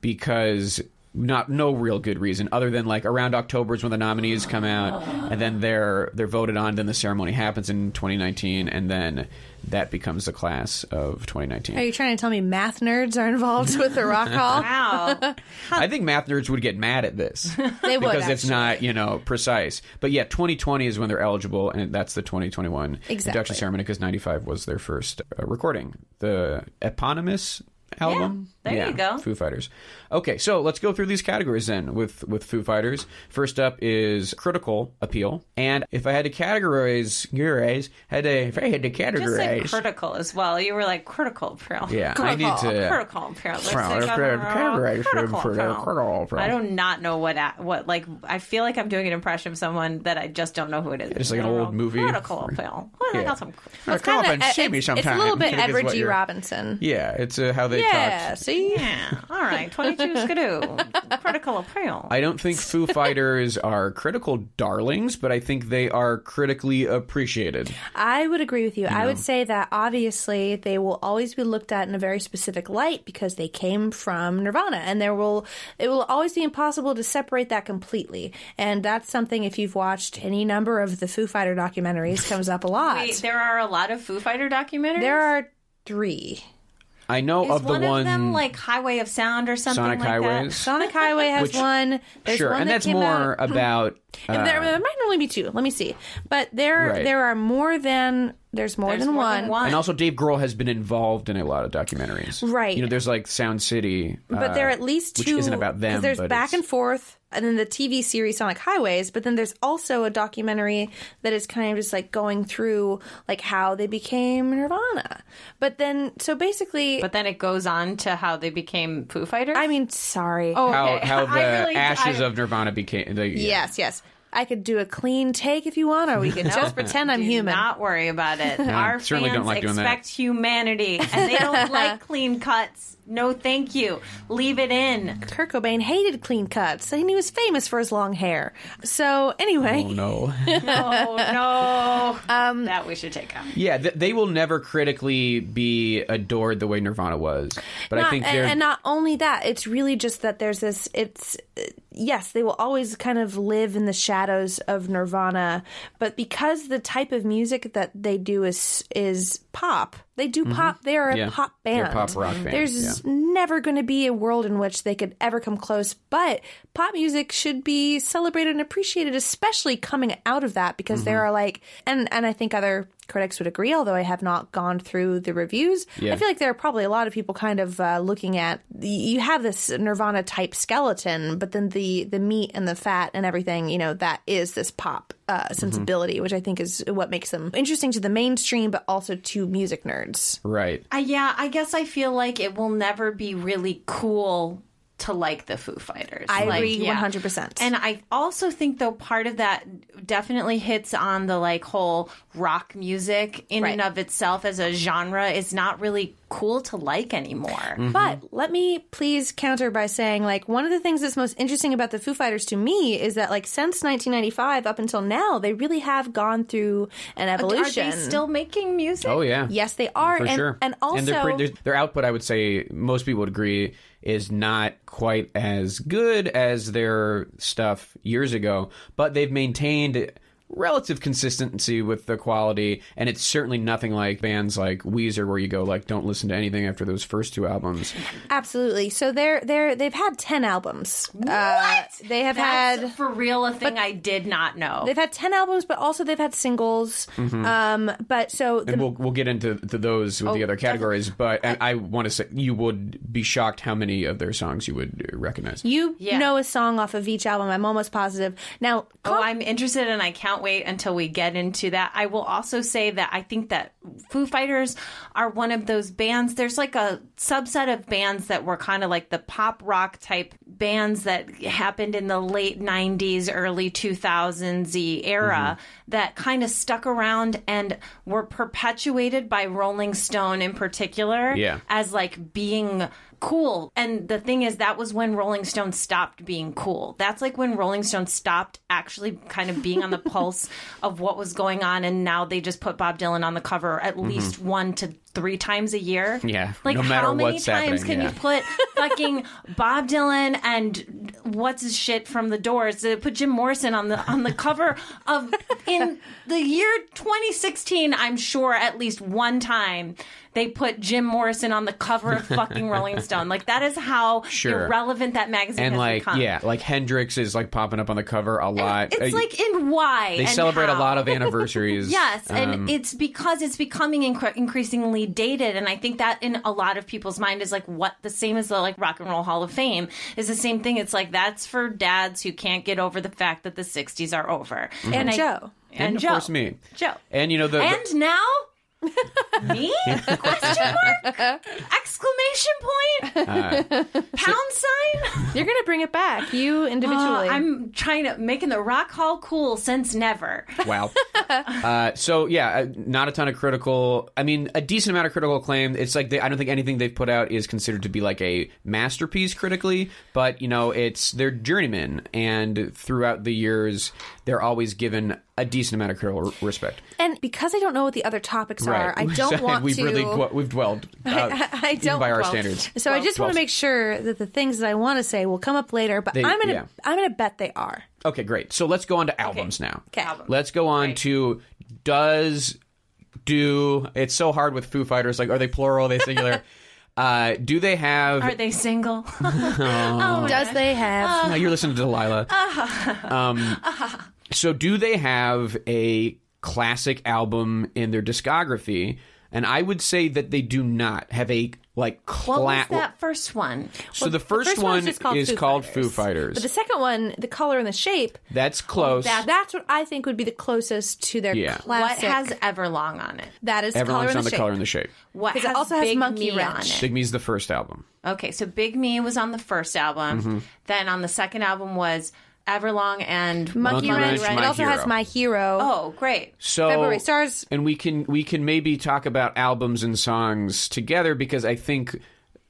because not no real good reason other than like around October is when the nominees come out and then they're they're voted on then the ceremony happens in 2019 and then that becomes the class of 2019.
Are you trying to tell me math nerds are involved with the rock hall?
Wow.
I think math nerds would get mad at this.
They would,
because it's
actually.
not you know precise. But yeah, 2020 is when they're eligible, and that's the 2021 induction
Exactly.
ceremony because 95 was their first uh, recording, the eponymous album.
there you go.
Foo Fighters. Okay, so let's go through these categories then with with Foo Fighters. First up is critical appeal, and if I had to categorize, categorize had to if I had to
Just like
categorize,
critical as well. You were like critical, Pearl.
yeah, I need to
Critical, Pearl. Let's
Pearl,
think of-
Pearl, categorize,
Critical,
Pearl,
Pearl.
critical, Pearl.
I do not know what a- what like. I feel like I'm doing an impression of someone that I just don't know who it is.
just like an
Critical,
old movie.
Critical, Pearl. What
Yeah.
yeah. some,
Or come up
Kinda- e-
and see me
it's, it's a
sometime,
little
I
bit
think is
Edward
what
G.
you're-
Robinson.
Yeah, it's uh, how they
Yeah,
talked.
see?
yeah. All right. Twenty two Skidoo. critical, Pearl.
I don't think Foo Fighters are critical darlings, but I think they are critically appreciated.
I would agree with you. I would say that obviously they will always be looked at in a very specific light because they came from Nirvana and there will it will always be impossible to separate that completely. And that's something if you've watched any number of the Foo Fighter documentaries comes up a lot.
Wait, there are a lot of Foo Fighter documentaries.
there are 3.
I know
Is
of the
one,
one,
of them like Highway of Sound or something
Sonic
like
Highways.
Sonic Highway has
Which-
one. There's
sure,
one
and
that
that's
came
more
out-
about
And there,
uh,
there might only be two. Let me see. But there
Right.
there are more than there's more,
that? There's
than,
more
one.
than one.
uh, and also Dave Grohl has been involved in a lot of documentaries.
Right.
You know, there's like Sound City,
But
uh,
there are at least two.
which isn't about
'cause
them.
There's
but
back
it's-
and forth, and then the TV series Sonic Highways. But then there's also a documentary that is kind of just like going through like how they became Nirvana. But then, so basically,
But then it goes on to how they became Foo Fighters.
I mean, sorry.
Oh,
How, how the
I really-
ashes
I-
of Nirvana became. The,
yes, yes. I could do a clean take if you want, or we could just pretend I'm
Do
human.
Not worry about it.
I
Our
certainly
fans
don't like doing
expect
that.
humanity, and they don't like clean cuts. No, thank you. Leave it in.
Kurt Cobain hated clean cuts, and he was famous for his long hair. So anyway,
Oh, no.
Oh no, that we should take out.
Yeah, th- they will never critically be adored the way Nirvana was. But I
Not-
think
and,
they're
and not only that it's really just that there's this it's uh, yes they will always kind of live in the shadows of nirvana but because the type of music that they do is is pop they do pop they are a
Mm-hmm. Yeah.
pop
They're
band
a pop rock band,
there's never going to be a world in which they could ever come close but pop music should be celebrated and appreciated especially coming out of that because there are like and and i think other critics would agree although i have not gone through the reviews
Yeah.
i feel like there are probably a lot of people kind of uh, looking at you have this nirvana type skeleton but then the the meat and the fat and everything you know that is this pop uh, sensibility which i think is what makes them interesting to the mainstream but also to music nerds
right.
Uh, yeah, I guess I feel like it will never be really cool to like the Foo Fighters.
i
Like,
agree
yeah.
100%
And I also think though part of that definitely hits on the like whole rock music in and
Right.
of itself as a genre is not really cool to like anymore.
Mm-hmm.
Mm-hmm.
But let me please counter by saying, like, one of the things that's most interesting about the Foo Fighters to me is that, like, since 1995 up until now, they really have gone through an evolution.
Are they still making music?
Oh yeah.
Yes, they are.
for
and,
sure.
and also,
their, pre- their, their output, I would say, most people would agree, is not quite as good as their stuff years ago. But they've maintained relative consistency with the quality, and it's certainly nothing like bands like Weezer, where you go like, don't listen to anything after those first two albums.
Absolutely. So they're they're they've had ten albums. What? they have
That's
had
for real a thing I did not know.
they've had ten albums, but also they've had singles. Um, but so
Mm-hmm.
the,
and we'll we'll get into to those with
Oh,
the other categories, but and I, want to say you would be shocked how many of their songs you would uh, recognize.
you
Yeah.
know a song off of each album. I'm almost positive. Now,
Oh, I'm interested and I can't wait until we get into that. I will also say that I think that Foo Fighters are one of those bands. There's like a subset of bands that were kind of like the pop rock type bands that happened in the late 90s, early 2000s y era that kind of stuck around and were perpetuated by Rolling Stone in particular
Yeah.
as like being cool. And the thing is, that was when Rolling Stone stopped being cool. That's like when Rolling Stone stopped actually kind of being on the pulse of what was going on. And now they just put Bob Dylan on the cover at least one to three times a year.
Mm-hmm. Yeah,
Like,
no matter
how many
what's
times
happening,
can
yeah.
you put fucking Bob Dylan and what's his shit from the Doors? They put Jim Morrison on the on the cover of in the year 2016. I'm sure at least one time they put Jim Morrison on the cover of fucking Rolling Stone. Like that is how
Sure.
irrelevant that magazine
And
has
like
become.
yeah, like Hendrix is like popping up on the cover a lot.
It's
Uh,
like in why
they
and
celebrate a
how.
lot of anniversaries.
Yes, and
Um,
it's because it's becoming incre- increasingly dated, and I think that in a lot of people's mind is like what the same as the like Rock and Roll Hall of Fame is the same thing. It's like that's for dads who can't get over the fact that the '60s are over.
and
I-
Joe.
and,
of
Joe,
course Mm-hmm. me.
Joe,
And you know the, the-
and now me? Question mark? Exclamation point? Pound sign?
You're gonna bring it back, you individually.
Uh, I'm trying to making the Rock Hall cool since never.
Wow. uh, so yeah, uh, not a ton of critical. I mean, a decent amount of critical acclaim. It's like they, I don't think anything they've put out is considered to be like a masterpiece critically, but you know, it's they're journeymen, and throughout the years, they're always given a decent amount of critical r- respect.
and because I don't know what the other topics are, I
We
don't
said
want
we've
to.
really dwe- we've dwelled. Uh,
I
even
don't-
by our
well,
standards.
So I just want to
Well-
make sure that the things that I want to say will come up later. But
They-
I'm gonna
yeah.
I'm gonna bet they are.
Okay, great. So let's go on to albums now.
Okay.
Let's go on to does do it's so hard with Foo Fighters like are they plural are they singular uh do they have
Are they single? oh,
Does they have?
No, you're listening to Delilah. Um, so, do they have a classic album in their discography? And I would say that they do not have a like
What
cla-
was that first one?
So the
The
first, one
one's just called
is
Foo
called
Fighters.
Foo Fighters.
But the second one, the color and the shape,
That's close.
that, that's what I think would be the closest to their
Yeah. What
classic.
What has Everlong on it?
that is color
Everyone's
and
on the
the shape.
color and the shape.
What
'Cause
has
it also has
Big
Monkey
Me on
Wrench.
it?
Big Me's the first album.
Okay, so Big Me was on the first album.
Mm-hmm.
Then on the second album was Everlong and
Monkey,
Monkey
Wrench.
Wrench, My
It also has
Hero.
my hero.
Oh, great.
So
February Stars.
and we can we can maybe talk about albums and songs together because I think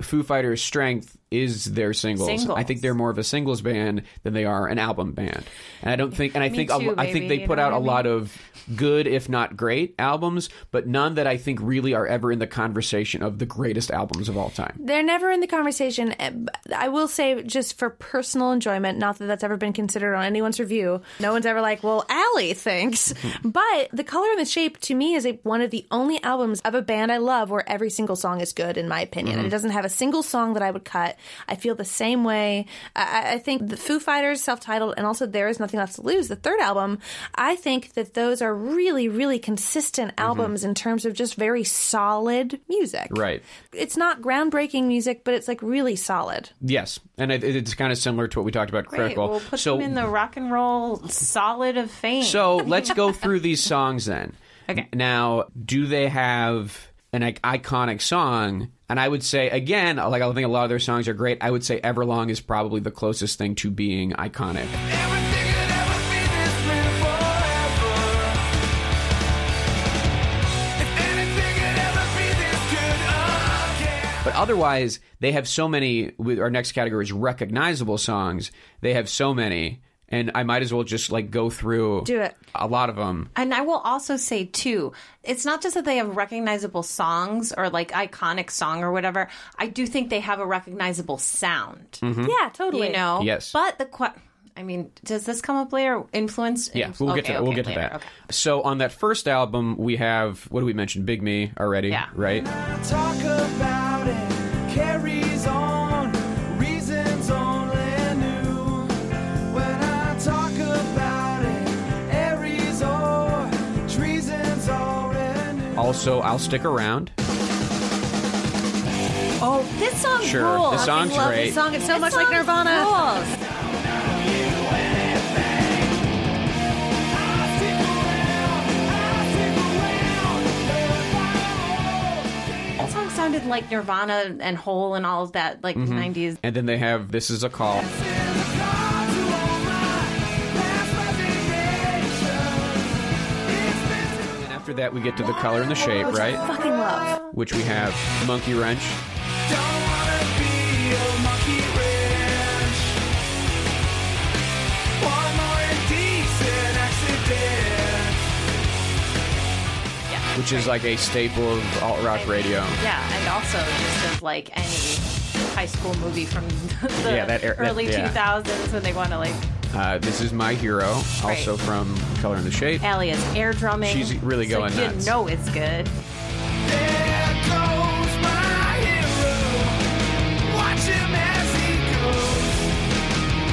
Foo Fighters' strength is their singles.
Singles.
I think they're more of a singles band than they are an album band. And I don't think and I
Me
think a-
too,
I think
baby.
they
You
put
know
out
what
a
I mean?
lot of good if not great albums, but none that I think really are ever in the conversation of the greatest albums of all time.
They're never in the conversation. eh, but I will say, just for personal enjoyment, not that that's ever been considered on anyone's review. No one's ever like, well, Allie thinks. but The Color and the Shape to me is a, one of the only albums of a band I love where every single song is good, in my opinion. And it doesn't have a single song that I would cut. I feel the same way. I, I- I think the Foo Fighters, self titled, and also There Is Nothing Left to Lose, the third album, I think that those are really, really consistent albums in terms of just very solid music
Right.
it's not groundbreaking music, but it's like really solid.
Yes. And it, it's kind of similar to what we talked about
Great.
critical.
We'll put
so
them in the rock and roll solid of fame.
So let's go through these songs then. Okay. Now, do they have an ic- iconic song? And I would say again, like I think a lot of their songs are great. I would say Everlong is probably the closest thing to being iconic.
Everything that ever been has been forever. If anything could ever be this good again.
But otherwise, they have so many. With our next category is recognizable songs. They have so many, and I might as well just like go through.
Do it.
A lot of them.
And I will also say too, it's not just that they have recognizable songs or like iconic song or whatever. I do think they have a recognizable sound.
Yeah, totally.
You know,
Mm-hmm. Yes.
But the que- I mean, does this come up later? Influenced?
Yeah,
Influ-
we'll get to
okay,
that. we'll
okay,
get to
later,
that.
okay.
So on that first album, we have what do we mention? Big Me already,
Yeah.
right?
Talk about it carries on. Reasons only new. When I talk about it, Aries or treason's already new.
Also, I'll stick around.
Oh, this song
Sure,
rules.
this song's
I love
great.
This song. It's so
This
much like
song
Nirvana. That song sounded like Nirvana and Hole and all of that, like
Mm-hmm.
90s.
And then they have This Is a Call. And after that, we get to The Color and the Shape, right?
Fucking love.
Which we have Monkey Wrench.
Don't wanna be a monkey wrench. One more indecent accident.
which is like a staple of alt rock radio.
Yeah, and also just of like any high school movie from the
Yeah, that era- that-
early
yeah.
2000s when they want to like.
Uh, this is My Hero, also from Color and the Shape.
Allie is air drumming.
She's really
so
going
you
nuts.
know it's good.
There goes my hero. Watch him as he goes.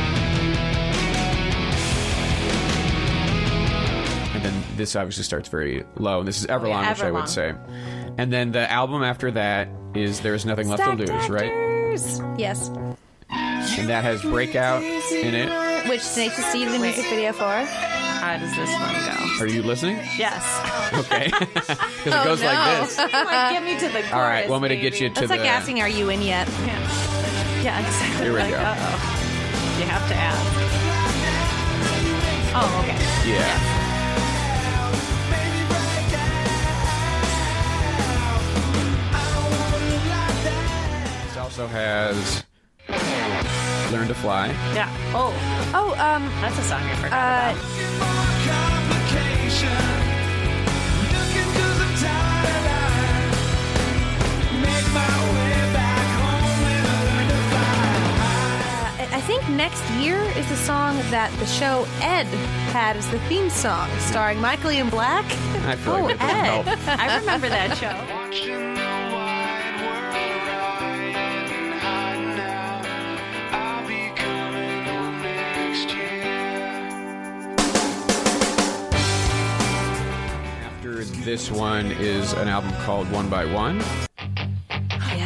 And then this obviously starts very low, and this is Everlong,
yeah,
which I
Everlong.
would say. And then the album after that is There's Nothing Left to Lose, right?
Yes.
And that has Breakout in it.
Which they to see the music video for.
How does this one go?
Are you listening?
Yes.
Okay. Because it goes like this.
like, get me to the chorus.
All right, want me to
baby.
get you to
That's
the.
like asking, "Are you in yet?"
Yeah, exactly.
Here we
like,
go.
Uh-oh. You have to ask. Oh, okay.
Yeah. This also has Learn to Fly.
Yeah. Oh,
Oh, um,
that's a song I forgot.
uh,
Complication. Looking 'cause I'm tired of lying. Make my way back home and I learn to fly.
I I think next year is the song that the show Ed had as the theme song, starring Michael Ian Black.
I feel like that doesn't
Oh, Ed.
help.
I remember that show.
Watching the wide world riding high now. I'll be coming home next year.
After this one is an album called One by One,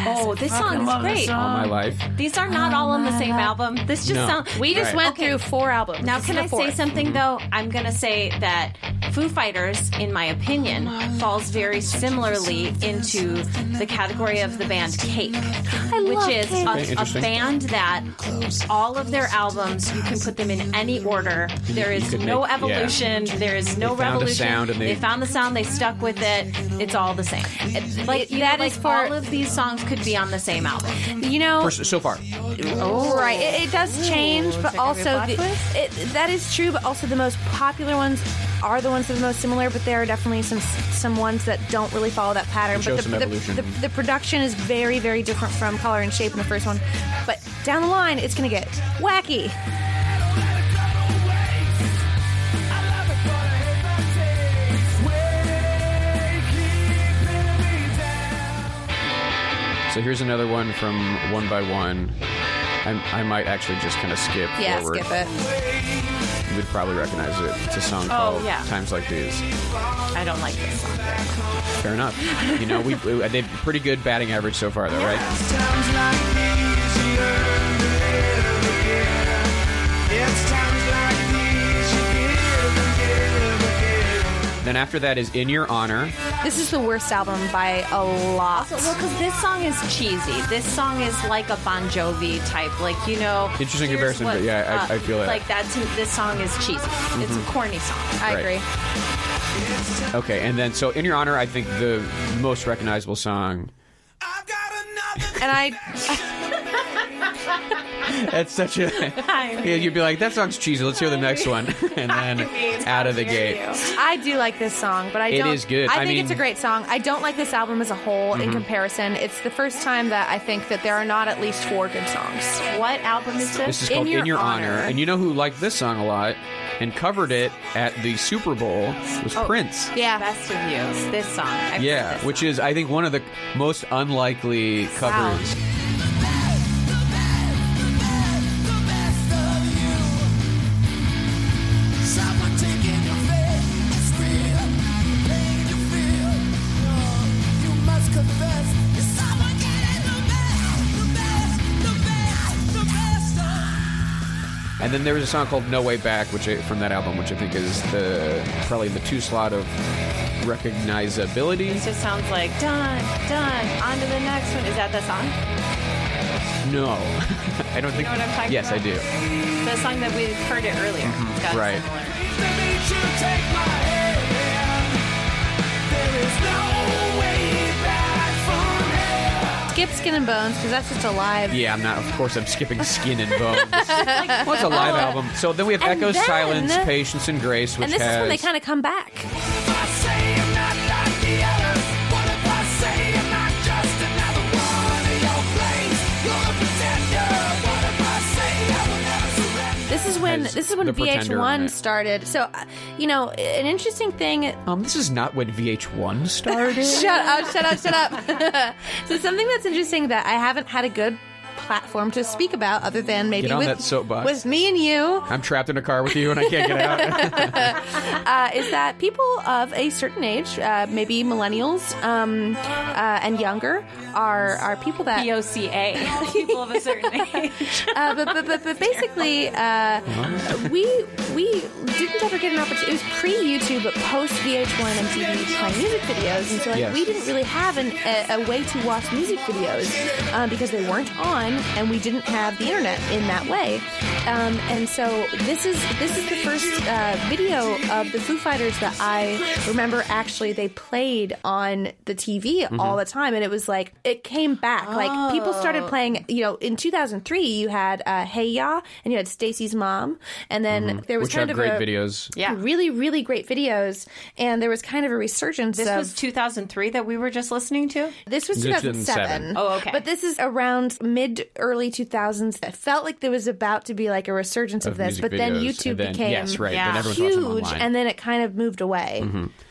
Oh, this song is great.
All My Life.
These are not all on the same album. This just
No.
sounds.
We just
Right.
went through four albums.
Now,
This
can
is
I say
the fourth. Mm-hmm.
something though? I'm gonna say that Foo Fighters, in my
Oh,
opinion, falls very similarly into the category of the band Cake, which is a-
Okay,
a,
interesting.
band that all of their albums you can put them in any order. There is
could
no
make- yeah.
evolution. There is no
They found a
revolution.
sound and they-
found the sound. They stuck with it. It's all the same. Like you
that
know, like
is for-
all of these songs could be on the same album.
You know,
First, so far.
oh, right? It, it does change, but also the,
blacklist?
it, that is true. But also, the most popular ones are the ones that are the most similar. But there are definitely some some ones that don't really follow that pattern.
It
But
shows
the,
some
the,
evolution.
the, the production is very, very different from Color and Shape in the first one. But down the line, it's going to get wacky.
So here's another one from One by One. I, I might actually just kind of skip
Yeah,
forward.
skip it.
You would probably recognize it. It's a song called
Oh, yeah.
Times Like These.
I don't like this song.
Fair enough. You know, we, we they've pretty good batting average so far, though, right?
Times like these you learn to live again. It's times like these you give and give and give.
Then after that is In Your Honor.
This is the worst album by a lot.
So, well, because this song is cheesy. This song is like a Bon Jovi type, like you know.
Interesting
here's uh,
comparison, but yeah, I- I feel it. Mm-hmm.
Like that's this song is cheesy. It's a corny song.
I
Right.
agree.
Okay, and then so In Your Honor, I think the most recognizable song.
I've got another
And I,
That's such a. Yeah, you'd be like, that song's cheesy. Let's hear the next one, and then out of the gate.
I do like this song, but I
It
don't.
is good.
I
I
think it's
mean-
a
Mm-hmm.
great song. I don't like this album as a whole in comparison. It's the first time that I think that there are not at least four good songs.
Uh, What album is this?
This is called In Your, Honor. and you know who liked this song a lot and covered it at the Super Bowl was
Oh.
Prince.
Yeah.
Best of You. This song. I've heard
Yeah,
this
which
song.
is I think one of the most unlikely covers. And then there was a song called No Way Back, which I, from that album, which I think is the probably the two slot of
It
recognizability.
just sounds like done, done. On to the next one. Is that the song?
No, I don't think.
know what I'm talking
yes,
about?
I do.
The song that we heard it earlier. It's got
Mm-hmm. Right.
similar-
Skip Skin and Bones because that's just alive.
Yeah, I'm not. Of course, I'm skipping Skin and Bones. What's a live album? So then we have
And
Echoes,
then-
Silence, Patience, and Grace, which
And this
has
is when they kind of come back. This is when
Has
this is when
the Pretender on
VH1
it.
started. So, uh, you know, an interesting thing
Um, this is not when VH1 started.
Shut up, shut up, shut up. so something that's interesting that I haven't had a good platform to speak about other than maybe
Get on
with,
that soapbox.
with me and you
I'm trapped in a car with you and I can't get out.
uh, is that people of a certain age, uh, maybe millennials um, uh, and younger, are are people that
POCA. People of a certain age.
uh, but, but, but, but basically, uh, we we didn't ever get an opportunity. It was pre YouTube, but post VH1 and MTV playing music videos, and so like,
Yes.
we didn't really have an, a, a way to watch music videos um, because they weren't on, and we didn't have the internet in that way. Um, and so this is this is the first uh, video of the Foo Fighters that I remember. Actually, they played on the TV
Mm-hmm.
all the time, and it was like it came back. Like people
Oh.
started playing. You know, in 2003, you had uh, Hey Ya, and you had Stacy's Mom, and then there
Mm-hmm.
was
Which are
kind of
great
a,
videos.
Yeah.
really really great videos, and there was kind of a resurgence.
This
of,
was 2003 that we were just listening to.
this was
2007.
2007.
Oh, okay.
But this is around mid early 2000s. I felt like there was about to be like a resurgence of,
Of
this,
music
but then
videos.
YouTube
And then-
became
yes, right.
Yeah.
Then everyone's watching them
huge,
online. Mm-hmm.
and then it kind of moved away.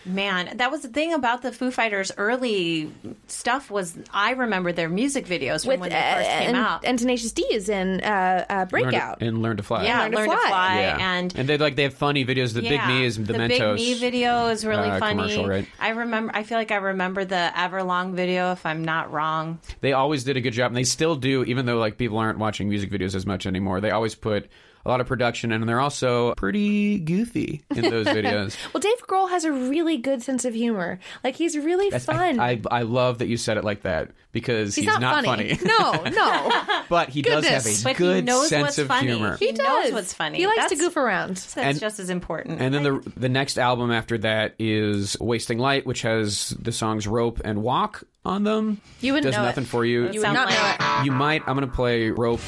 Man, that was the thing about the Foo Fighters' early stuff was I remember their music videos from
With
when
uh,
they first came
and,
out.
and Tenacious D is in uh, uh,
Learn to-
Breakout.
and learn to fly.
yeah,
Learn
learn
to
to fly,
Fly.
Yeah.
and.
they like they have funny videos. The Big
Yeah.
Me is the,
the
Mentos.
Big Me video is really
uh,
funny.
commercial, right?
I remember. I feel like I remember the Everlong video, if I'm not wrong.
They always did a good job, and they still do, even though like people aren't watching music videos as much anymore. They always put a lot of production, in, and they're also pretty goofy in those videos.
Well, Dave Grohl has a really good sense of humor. Like he's really fun.
I, I I love that you said it like that because he's, funny.
no, no,
but he does have a
Goodness.
But he
good
knows
sense
what's
of
funny.
humor.
he
He
does.
knows what's funny.
He likes to
That's-
goof around.
That's
And-
just as important.
And then the the next album after that is Wasting Light, which has the songs Rope and Walk on them.
You wouldn't
Does
know it.
nothing for you.
It sounds
not
like-
know it.
You might. I'm gonna play Rope.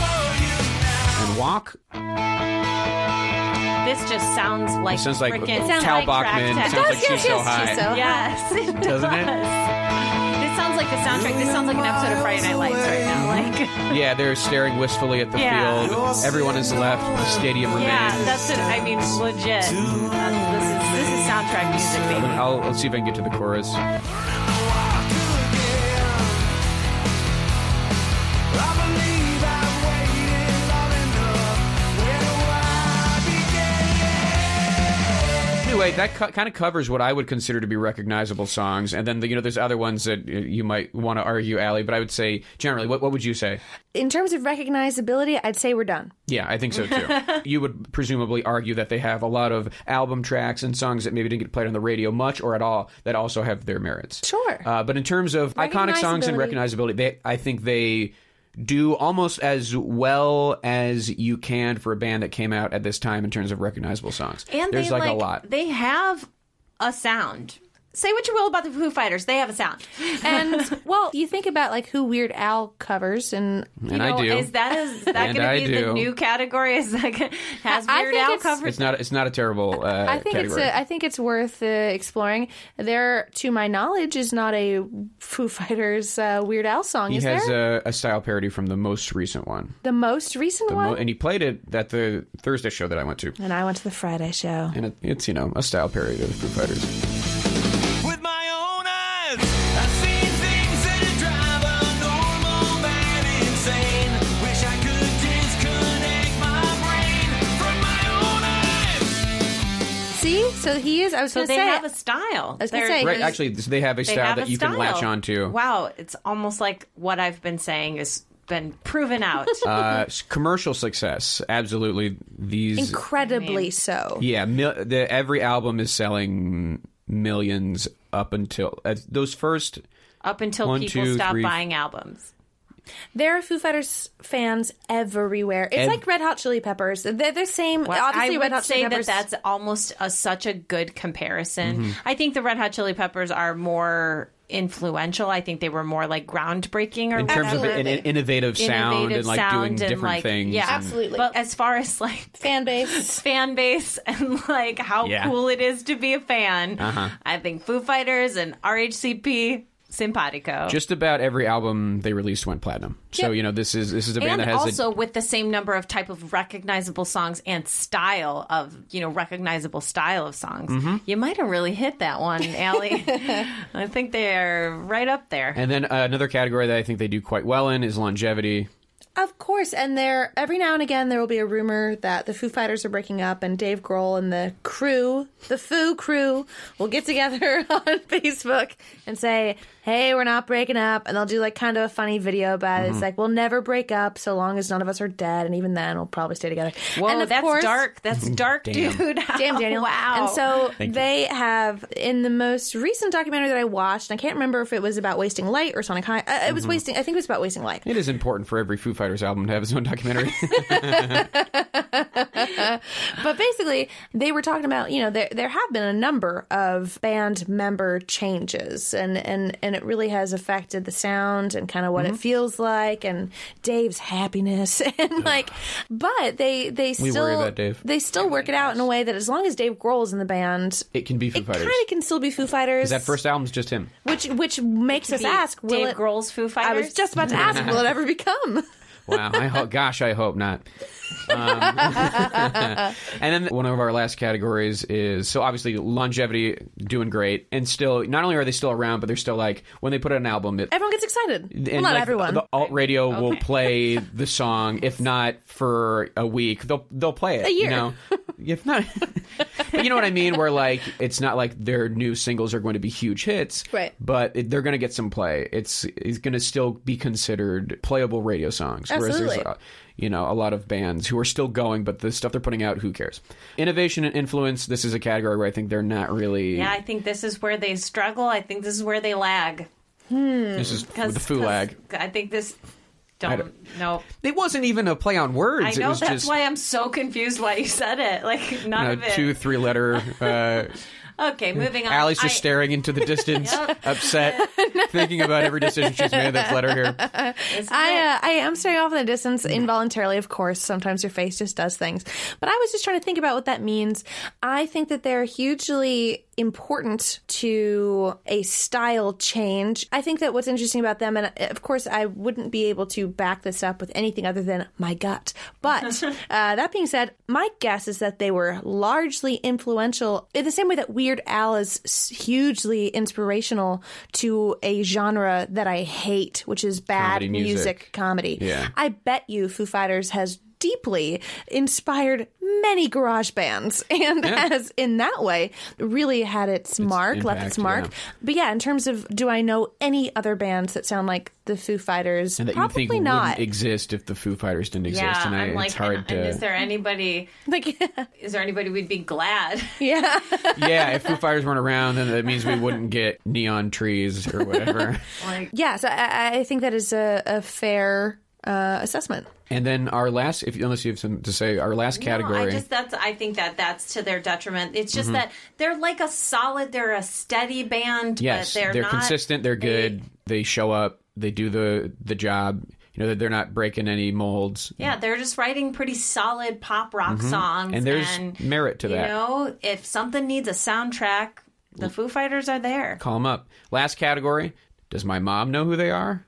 and Walk.
This just sounds like
It sounds like
frickin'
Tal
soundtrack
Bachman.
to
It sounds like
everything.
she's so high.
She's so
Yes, it does.
Doesn't it?
This sounds like the soundtrack. This sounds like an episode of Friday Night Lights right now. Like,
Yeah, they're staring wistfully at the
Yeah.
field. Everyone is left. The stadium remains.
yeah, that's it. I mean, legit. That's- This is this is soundtrack music,
Let me-
baby.
I'll, I'll see if I can get to the chorus. Anyway, that co- kind of covers what I would consider to be recognizable songs, and then the, you know there's other ones that uh, you might want to argue, Allie. But I would say generally, what, what would you say?
In terms of recognizability, I'd say we're done.
Yeah, I think so too. you would presumably argue that they have a lot of album tracks and songs that maybe didn't get played on the radio much or at all that also have their merits.
Sure.
Uh, but in terms of iconic songs and
Recognizability.
recognizability, they, I think they do almost as well as you can for a band that came out at this time in terms of recognizable songs.
And
There's
they,
like, a lot.
They have a sound. Say what you will about the Foo Fighters, they have a sound.
And well, you think about like who Weird Al covers, and
and I do.
Is that is that
And I
going to be
do.
the new category? Is that gonna, has
I
Weird
think
Al
it's-
covered?
it's not. It's not a terrible. Uh,
I think
category.
it's a, I think it's worth uh, exploring. There, to my knowledge, is not a Foo Fighters uh, Weird Al song.
he
is
has uh,
there
a, a style parody from the most recent one,
the most recent
the
one?
mo- and he played it at the Thursday show that I went to,
and I went to the Friday show.
and it, it's you know a style parody of the Foo Fighters.
With my own eyes, I've seen things that drive a normal man insane. Wish I could disconnect my brain from my own eyes.
See, so he is. I was
So
going to
they
say
have a style.
was gonna
They're-
say,
Right,
He's-
actually, they have a
they
style
have
that
a
you can latch
style.
onto.
Wow, it's almost like what I've been saying has been proven out.
Uh, s- commercial success, absolutely. These,
incredibly so.
yeah, mil- the, every album is selling millions up until uh, those first.
up until
One,
people
two,
stop
three,
buying albums.
There are Foo Fighters fans everywhere. It's
Ev-
like Red Hot Chili Peppers. They're the same. obviously,
I
Red
would
Hot Chili
say that
Peppers.
that's almost a, such a good comparison.
Mm-hmm.
I think the Red Hot Chili Peppers are more influential. I think they were more like groundbreaking or
In terms of an, an innovative sound
innovative
and like
sound
doing
and,
different
like-
things.
Yeah,
and-
Absolutely.
But as far as like
fan base.
fan base and like how
Yeah. Uh-huh.
cool it is to be a fan, I think Foo Fighters and RHCP simpatico.
just about every album they released went platinum. So you know this is this is a band
and
that has
also
a,
with the same number of type of recognizable songs and style of you know recognizable style of songs
Mm-hmm.
you might have really hit that one Allie. i think they're right up there
and then uh, another category that I think they do quite well in is longevity.
Of course, and there every now and again there will be a rumor that the Foo Fighters are breaking up, and Dave Grohl and the crew, the Foo crew, will get together on Facebook and say, "Hey, we're not breaking up," and they'll do like kind of a funny video about it.
Mm-hmm.
It's like we'll never break up so long as none of us are dead, and even then we'll probably stay together.
whoa
and of
that's
course-
dark that's dark dude
Damn, Daniel.
wow
And so they have, in the most recent documentary that I watched, and I can't remember if it was about Wasting Light or Sonic High. Uh, it
Mm-hmm.
was Wasting, I think it was about Wasting Light.
It is important for every Foo Fighters album to have its own documentary.
But basically, they were talking about you know there there have been a number of band member changes, and and and it really has affected the sound and kind of
Mm-hmm.
what it feels like, and Dave's happiness, and like, but they they
We worry
still
about Dave.
they still work it out in a way that as long as Dave Grohl's in the band.
it can be Foo
It kind
Fighters.
of can still be Foo Fighters.
that first album's just him.
which which makes us
Be
ask, will
Dave
it,
Grohl's Foo
I
Fighters
was just about to ask, will it ever become?
Wow. I ho- gosh, I hope not. Um, and then one of our last categories is so obviously longevity doing great and still not only are they still around but they're still like when they put out an album it
Everyone gets excited.
and
well, not
like,
everyone.
The alt radio will play the song, if not for a week, they'll they'll play it. A
year.
You know? if not, but you know what I mean. Where like it's not like their new singles are going to be huge hits,
Right.
But it, they're going to get some play. It's it's going to still be considered playable radio songs. Whereas
Absolutely.
there's, uh, you know, a lot of bands who are still going, but the stuff they're putting out, who cares? Innovation and influence. This is a category where I think they're not really.
yeah i think this is where they struggle i think this is where they lag
this is
because
the foo lag.
i think this don't,
don't-
know
It wasn't even a play on words.
I
it
know
was
that's
just,
why I'm so confused why you said it. Like none
a
of it.
two three letter uh
Okay, moving on.
Allie's just
I-
staring into the distance upset thinking about every decision she's made that's led her here
I uh, I am staring off in the distance involuntarily, of course. Sometimes your face just does things. But I was just trying to think about what that means. I think that they're hugely important to a style change. I think that what's interesting about them, and uh, of course, I wouldn't be able to back this up with anything other than my gut. But uh, that being said, my guess is that they were largely influential in the same way that Weird Al is s- hugely inspirational to a genre that I hate, which is bad bad
Comedy
music.
music.
comedy.
Yeah.
I bet you Foo Fighters has deeply inspired many garage bands and has in that way really had its, mark, left
impact,
its mark.
yeah.
But yeah, in terms of do I know any other bands that sound like the Foo Fighters?
and that
Probably
you think
not.
wouldn't exist if the foo fighters didn't exist
Yeah,
and I,
I'm like,
it's hard
and, and is
to
there anybody?
like
Is there anybody we'd be glad?
yeah.
yeah if foo fighters weren't around then that means we wouldn't get neon trees or whatever
Yeah, so I, I think that is a, a fair uh, assessment.
And then our last, if unless you have something to say, our last
No, I
category. Mm-hmm.
just that's I think that that's to their detriment. It's just that they're like a solid, they're a steady band.
yes,
but
they're,
they're, not,
consistent. They're
they-
good. They, show up. They do the the job. You know that they're not breaking any molds.
yeah, they're just writing pretty solid pop rock songs.
Mm-hmm. And there's merit to
you
that.
know, if something needs a soundtrack, the Foo Fighters are there.
Call them up. Last category. Does my mom know who they are?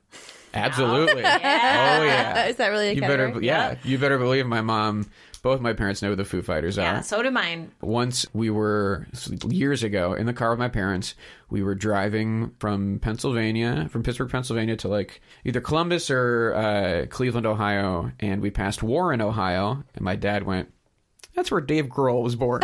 Absolutely. Oh yeah.
Is that really a
you
category?
better yeah. You better believe my mom. Both my parents know who the Foo Fighters
Yeah,
are.
so do mine.
once we were years ago in the car with my parents we were driving from pennsylvania from pittsburgh pennsylvania to like either columbus or uh, cleveland ohio and we passed warren ohio and my dad went that's where dave grohl was born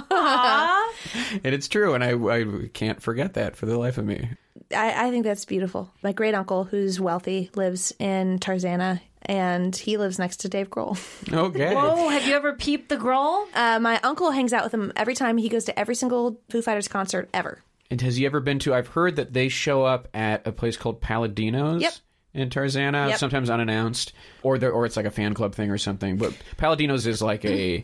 Uh-huh.
and it's true and I, I can't forget that for the life of me
I, I think that's beautiful. My great uncle, who's wealthy, lives in Tarzana, and he lives next to Dave Grohl.
okay
Oh, have you ever peeped the growl?
Uh, my uncle hangs out with him every time he goes to every single Foo Fighters concert ever.
and has he ever been to i've heard that they show up at a place called paladino's
Yep.
in Tarzana,
Yep.
sometimes unannounced, or there, or it's like a fan club thing or something. But Paladino's is like a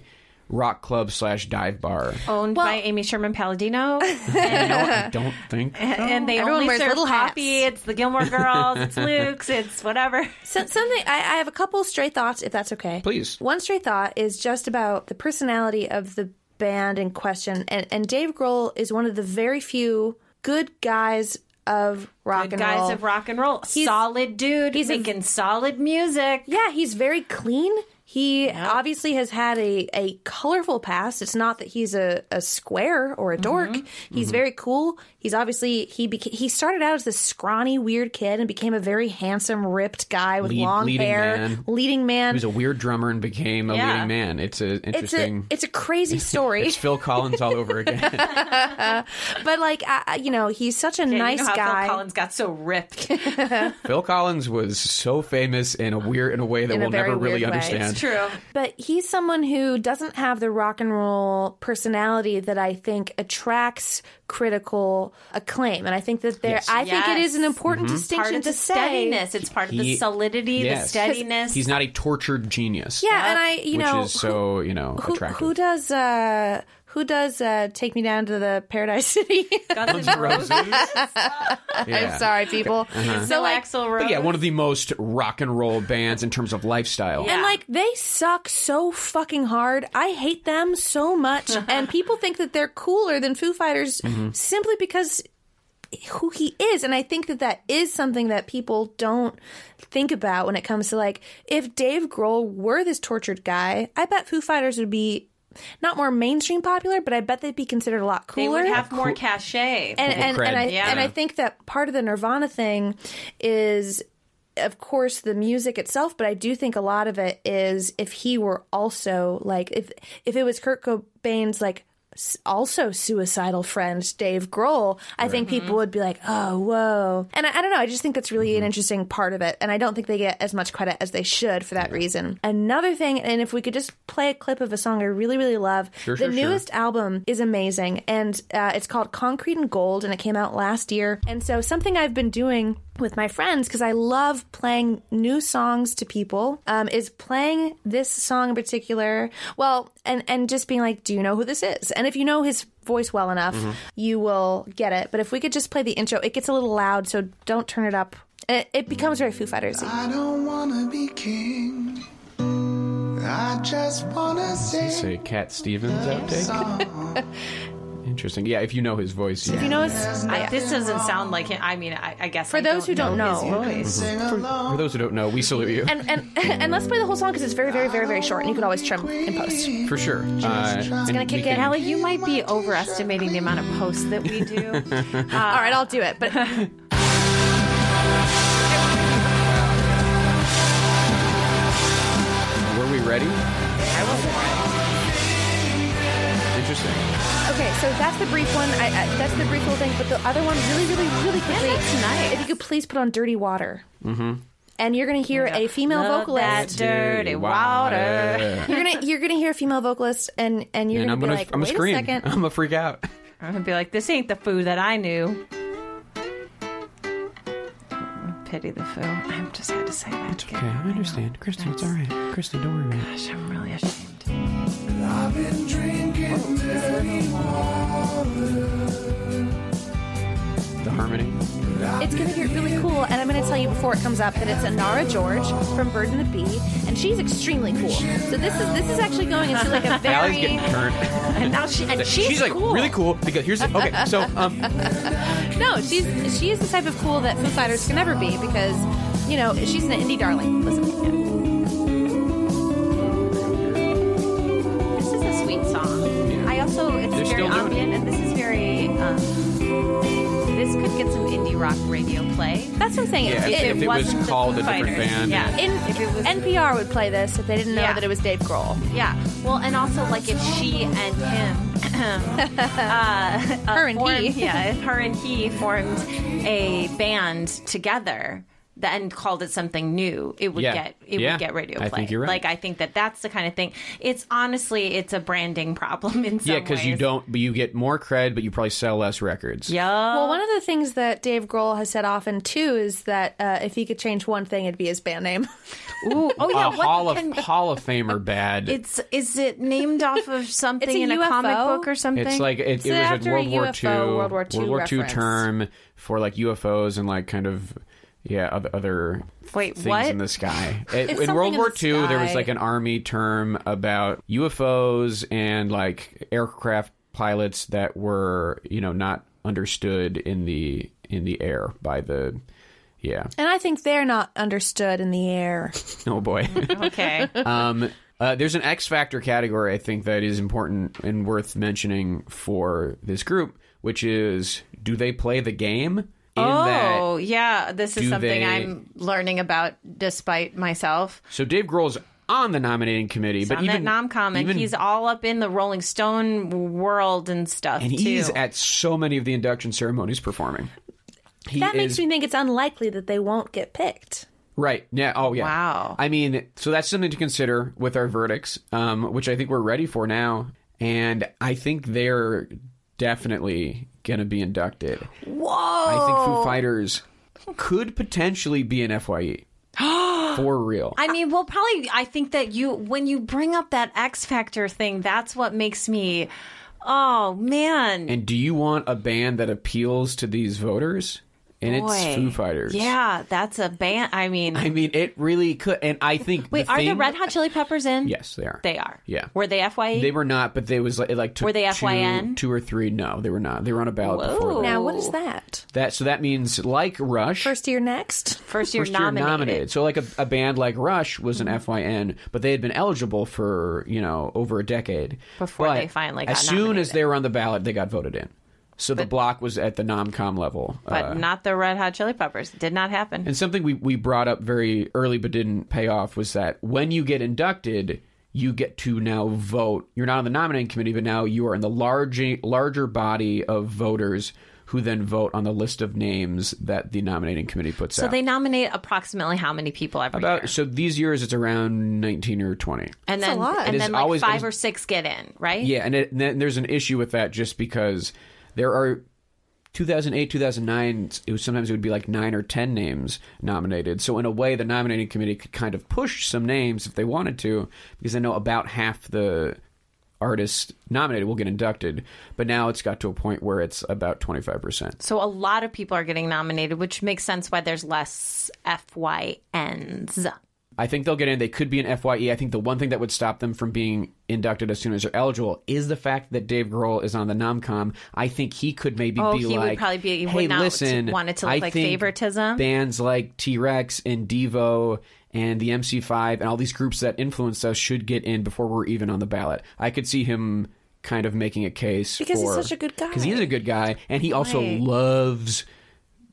Mm-hmm.
rock club slash dive bar.
Oh,
Owned by Amy Sherman Palladino. and,
I don't think.
and they
Oh, Everyone
only
wears
serve
little hats.
coffee. It's the Gilmore Girls, it's Luke's, it's whatever.
So, something I, I have a couple stray thoughts, if that's okay.
Please.
One stray thought is just about the personality of the band in question, and and Dave Grohl is one of the very few good guys of rock
Good
and
guys
roll.
of rock and roll.
He's-
solid dude. He's
he's a-
making solid music.
Yeah, he's very clean. He obviously has had a, a colorful past. It's not that he's a, a square or a dork.
Mm-hmm.
He's very cool. He's obviously he beca- he started out as this scrawny weird kid and became a very handsome, ripped guy with
Lead-
long
leading
hair,
man.
leading
He
man.
was a weird drummer and became a
Yeah.
leading man. It's a
it's a
interesting.
it's a crazy story.
it's Phil Collins all over again.
but like I, I- you know, he's such a
Yeah,
nice
you know how
guy.
Phil Collins got so ripped.
Phil Collins was so famous in a weird in a way that
In a
we'll
very
never really
weird way.
understand.
It's true.
But he's someone who doesn't have the rock and roll personality that I think attracts critical acclaim. And I think that there, I think it is an
Yes. Mm-hmm.
important
Part
distinction
of
to
the
say.
steadiness. It's part of the
He-
solidity, the
yes.
steadiness.
He's not a tortured genius.
Yeah, and I, you
which
know,
is so you know
who, who,
attractive.
who does, uh, who does uh, take me down to the Paradise City?
Guns N' Roses.
Yeah. Uh-huh.
I'm sorry, people. So
Still
like,
Axl
But
Rose.
yeah, one of the most rock and roll bands in terms of lifestyle.
and like they suck so fucking hard. I hate them so much, and people think that they're cooler than Foo Fighters
Mm-hmm.
simply because who he is and i think that that is something that people don't think about when it comes to like if dave grohl were this tortured guy i bet foo fighters would be not more mainstream popular but i bet they'd be considered a lot
They
cooler
would have more cachet.
and and,
cred.
and I
Yeah.
and I think that part of the Nirvana thing is of course the music itself, but I do think a lot of it is if he were also like if if it was Kurt Cobain's like s- also suicidal friend Dave Grohl, I think people would be like, oh whoa, and I, I don't know. I just think that's really
Mm-hmm.
an interesting part of it, and I don't think they get as much credit as they should for that reason. Another thing, and if we could just play a clip of a song I really really love, the
sure, sure.
newest album is amazing and uh, it's called concrete and gold and it came out last year and so something i've been doing with my friends because i love playing new songs to people um, is playing this song in particular well and and just being like do you know who this is and if you know his voice well enough you will get it but if we could just play the intro it gets a little loud so don't turn it up it, it becomes very foo fighters
I don't wanna be king. I just wanna
It's
say
a Cat Stevens outtake. Interesting. Yeah, if you know his voice,
if you know it's
I- this doesn't sound like him. I mean, I, I guess
for
I
those who don't know,
his
Mhm.
voice.
For those who don't know, we salute you
and and and let's play the whole song because it's very very very very short and you could always trim in post
for sure. Uh, it's
gonna kick in.
Allie, you might be overestimating the amount of posts that we do.
all right i'll do it but
Were we ready? I wasn't ready. Interesting.
okay so that's the brief one I, I, that's the brief little thing but the other one really really really quickly if you could please put on dirty water mm-hmm. and you're gonna hear a female
Love that
vocalist
dirty water.
you're gonna you're gonna hear a female vocalist and and you're
And
gonna
I'm
be
gonna,
like
I'm gonna
wait
scream.
a second
I'm gonna freak out.
I'm gonna be like, this ain't the food that I knew. pity the foo. I just had to say that. It's
okay. I understand. Kristen, it's all right. Kristen, don't worry about it.
Gosh, I'm really ashamed.
I've been drinking dirty water.
The harmony.
It's going to get really cool, and I'm going to tell you before it comes up that it's Anara George from Bird and the Bee, and she's extremely cool. So this is this is actually going into like a
Allie's
very
getting hurt.
and now she and she's,
like
cool.
really cool because here's the, okay. So um,
No, she's she is the type of cool that Foo Fighters can never be because you know she's an indie darling. Listen, yeah.
This is a sweet song. I also, it's
They're
very
still doing it.
ambient, and this is very.
uh,
Um, this could get some indie rock radio play.
that's what I'm saying.
Yeah,
It-
if
it-
it was
wasn't the
called
Foo
a different
Fighters.
band.
Yeah.
in,
if it was
NPR would play this if they didn't know
Yeah.
that it was Dave Grohl.
Yeah. Well, and also like if she and him, uh,
Her and he.
formed- yeah, if her and he formed a band together. that- And called it something new. It would
Yeah.
get it
Yeah.
would get radio
I
play.
think you're right.
Like I think that that's the kind of thing. It's honestly it's a branding problem in some
yeah, because you
ways.
don't, but you get more cred, but you probably sell less records.
Yo.
Well,
Uh.
one of the things that Dave Grohl has said often too is that uh, if he could change one thing, it'd be his band name.
Ooh, oh yeah.
a
what
hall of
can-
hall of famer bad. It's,
It's is it named off of something
a
in a
UFO?
comic book or something?
like it, it
So
was a
after a
World War
UFO,
II
World War II
II
reference.
term for like UFOs and like kind of yeah other, other
Wait,
things
what?
in the sky. It-
It's
in
something
World
in
War
the
II, there was
sky.
like an army term about UFOs and like aircraft pilots that were you know not understood in the in the air by the yeah
And I think they're not understood in the air.
oh boy.
okay.
um, uh, there's an X Factor category I think that is important and worth mentioning for this group, which is do they play the game? In
Oh, yeah. This is
do
something
they-
I'm learning about despite myself.
so Dave Grohl's on the nominating committee, but
on
even
that nomcom, and
even-
he's all up in the Rolling Stone world and stuff.
and he's
too.
at so many of the induction ceremonies performing. He
that
is-
makes me think it's unlikely that they won't get picked.
Right. Yeah. Oh, yeah.
Wow.
I mean, so that's something to consider with our verdicts, um, which I think we're ready for now, and I think they're definitely going to be inducted. Whoa! I think Foo Fighters could potentially be an Fye for real.
I mean, well, probably. I think that you, when you bring up that X Factor thing, that's what makes me. Oh man.
and do you want a band that appeals to these voters? And
Boy.
it's Foo Fighters.
Yeah, that's a band. I mean,
I mean, it really could, and I think.
wait, are the
thing-
Red Hot Chili Peppers in?
Yes, they are.
they are.
Yeah.
were they E? Fye?
They were not, but they was like, it like took
Were they
two-
FYN?
two, or three. No, they were not. They were on a ballot
Whoa.
before that.
Now, what
Oh.
is that?
that. So that means like Rush,
First year next?
first year
first
nominated. Mm-hmm.
So like a, a band like Rush was an FYN, but they had been eligible for you know over a decade
Before
But
they finally got
As soon as
nominated.
they were on the ballot, they got voted in. So the block was at the nomcom level.
but
Uh,
not the Red Hot Chili Peppers. Did not happen.
and something we, we brought up very early but didn't pay off was that when you get inducted, you get to now vote. You're not on the nominating committee, but now you are in the larger larger body of voters who then vote on the list of names that the nominating committee puts
So
out.
they nominate approximately how many people every
about
year?
so these years it's around 19 or 20.
and
That's
then
a lot.
and
It is
then like
always- it
five
is-
or six get in, right?
Yeah, and, it, and then there's an issue with that just because there are 2008, 2009. It was sometimes it would be like nine or ten names nominated. So in a way, the nominating committee could kind of push some names if they wanted to, because they know about half the artists nominated will get inducted. But now it's got to a point where it's about 25 percent.
So a lot of people are getting nominated, which makes sense why there's less FYNs.
I think they'll get in. They could be an Fye. I think the one thing that would stop them from being inducted as soon as they're eligible is the fact that Dave Grohl is on the nomcom. I think he could maybe
Oh,
be
he would
like,
probably be- he would
hey,
not
listen,
want it to
I
look like
think
favoritism."
Bands like T Rex and Devo and the MC5 and all these groups that influenced us should get in before we're even on the ballot. I could see him kind of making a case
Because he's such a good guy.
Because he is a good guy, and he also
Right.
loves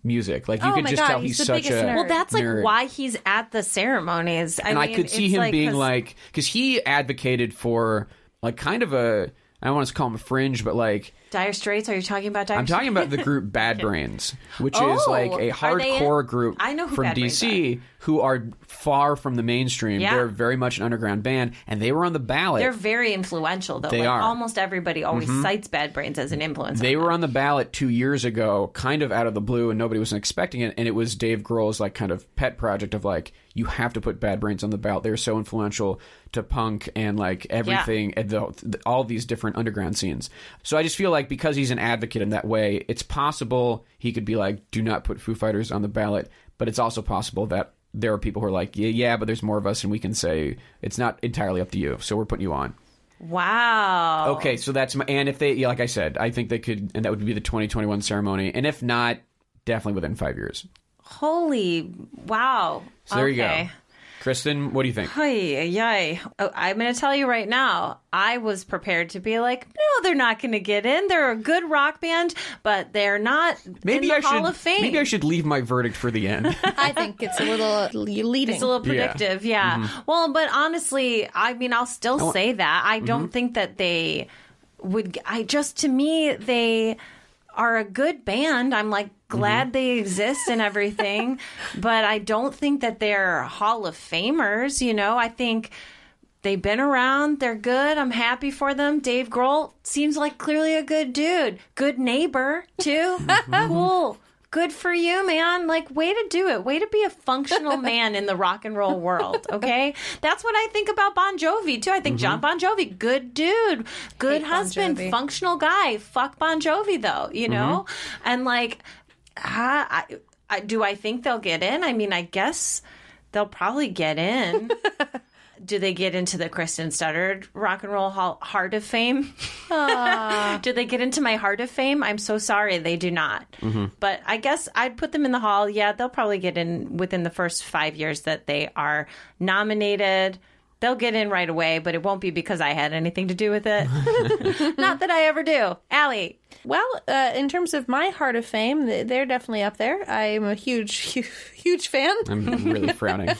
music. Like you
Oh
could
my
just
God,
tell
he's
he's,
the
such a
biggest nerd.
Well, that's like
nerd
why he's at the ceremonies. I
and
mean,
I could see
it's
him
like,
being
'cause-
like, because he advocated for like kind of a I don't want to call him a fringe, but like
Dire Straits? Are you talking about Dire
I'm talking about the
Straits?
group Bad Brains, which is
Oh,
like a
are they in-
hardcore group
I know who
from
Bad Brains
DC who are far from the mainstream.
Yeah.
They're very much an underground band, and they were on the ballot.
They're very influential, though.
They
like,
are. Mm-hmm.
Almost everybody always cites Bad Brains as an influence.
They were on the ballot two years ago, kind of out of the blue, and nobody was expecting it. And it was Dave Grohl's like kind of pet project of like you have to put Bad Brains on the ballot. They're so influential to punk and like everything, and the, the- all these different underground scenes. So I just feel like because he's an advocate in that way, it's possible he could be like, do not put Foo Fighters on the ballot. But it's also possible that there are people who are like, yeah, yeah, but there's more of us, and we can say it's not entirely up to you. So we're putting you on.
wow.
Okay, so that's my and if they yeah, like I said, I think they could and that would be the 2021 ceremony and if not, definitely within 5 years.
Holy wow.
So there you
Okay.
go. Kristen, what do you think?
Hi, yay. Oh, I'm going to tell you right now, I was prepared to be like, no, they're not going to get in. They're a good rock band, but they're not in
Maybe
the
I
Hall
should
of Fame.
maybe I should leave my verdict for the end.
I think it's a little leading.
It's a little
Yeah. Mm-hmm.
predictive, yeah. Well, but honestly, I mean, I'll still say that. I
Mm-hmm.
don't think that they would. I just, to me, they are a good band. I'm like glad
Mm-hmm.
they exist and everything, but I don't think that they're Hall of Famers, you know? I think. They've been around. They're good. I'm happy for them. Dave Grohl seems like clearly a good dude. Good neighbor, too. cool. Good for you, man. Like, way to do it. Way to be a functional man in the rock and roll world, okay? That's what I think about Bon Jovi, too. I think John Bon Jovi, good dude, good husband, functional guy. Fuck Bon Jovi, though, you know? And, like, ah, I, I, I, do I think they'll get in? I mean, I guess they'll probably get in. do they get into the Kristen Studdard Rock and Roll Hall, Heart of Fame? do they get into my Heart of Fame? I'm so sorry, they do not. But I guess I'd put them in the hall. Yeah, they'll probably get in within the first five years that they are nominated. They'll get in right away, but it won't be because I had anything to do with it. not that I ever do. Allie,
Well, uh, in terms of my heart of fame, th- they're definitely up there. I'm a huge, huge, huge fan.
I'm really frowning.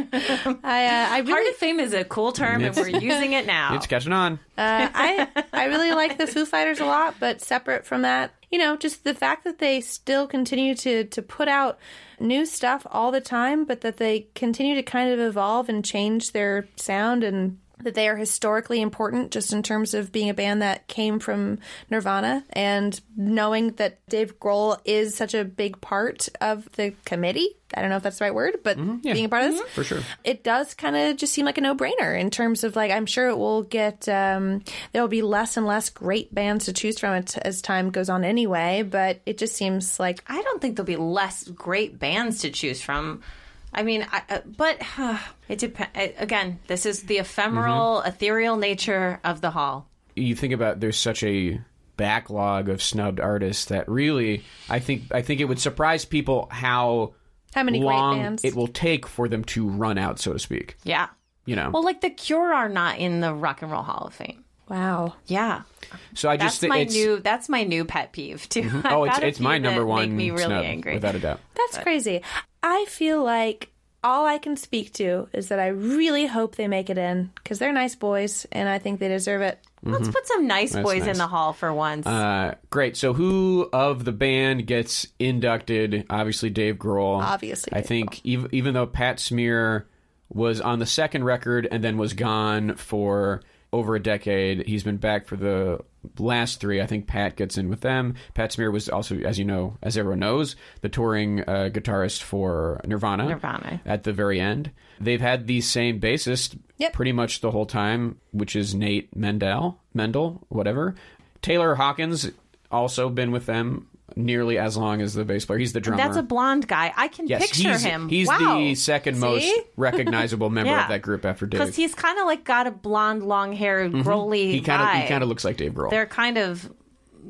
I, uh, I
Heart
really,
of Fame is a cool term, and we're using it now.
It's catching on.
uh, I, I really like the Foo Fighters a lot. But separate from that, you know, just the fact that they still continue to to put out new stuff all the time, but that they continue to kind of evolve and change their sound and. That they are historically important just in terms of being a band that came from Nirvana and knowing that Dave Grohl is such a big part of the committee. I don't know if that's the right word, but
Mm-hmm.
being a part of this
For sure.
it does kind of just seem like a no-brainer in terms of like i'm sure it will get um, there will be less and less great bands to choose from at- as time goes on anyway but it just seems like
I don't think there'll be less great bands to choose from. I mean, I, uh, but it depends. Again, this is the ephemeral,
Mm-hmm.
ethereal nature of the hall.
you think about there's such a backlog of snubbed artists that really I think I think it would surprise people how
How many great
long
bands.
it will take for them to run out, so to speak.
Yeah.
You know.
Well, like the Cure are not in the Rock and Roll Hall of Fame.
wow
Yeah,
so I
that's
just think
my
it's
new that's my new pet peeve too. I've
Oh, it's
got a
it's my
few that
number one
Make me really
snub,
angry.
without a doubt.
that's crazy i feel like all i can speak to is that i really hope they make it in because they're nice boys and i think they deserve it
Let's put some nice boys in
Mm-hmm. nice.
the hall for once.
Uh, great. So, who of the band gets inducted? Obviously, Dave Grohl.
Obviously,
I
Dave
think even, even though Pat Smear was on the second record and then was gone for over a decade, he's been back for the last three. I think Pat gets in with them. Pat Smear was also, as you know, as everyone knows, the touring uh, guitarist for Nirvana.
Nirvana.
At the very end, they've had the same bassist
Yep.
pretty much the whole time, which is Nate Mendel, Mendel, whatever. Taylor Hawkins also been with them nearly as long as the bass player. He's the drummer.
that's a blonde guy. I can
yes,
picture
he's,
him.
He's
wow.
the second most recognizable member
Yeah.
of that group after
because
Dave.
he's kind of like got a blonde, long haired, growly
Mm-hmm. He kind of
guy.
he kind of looks like Dave Grohl.
They're kind of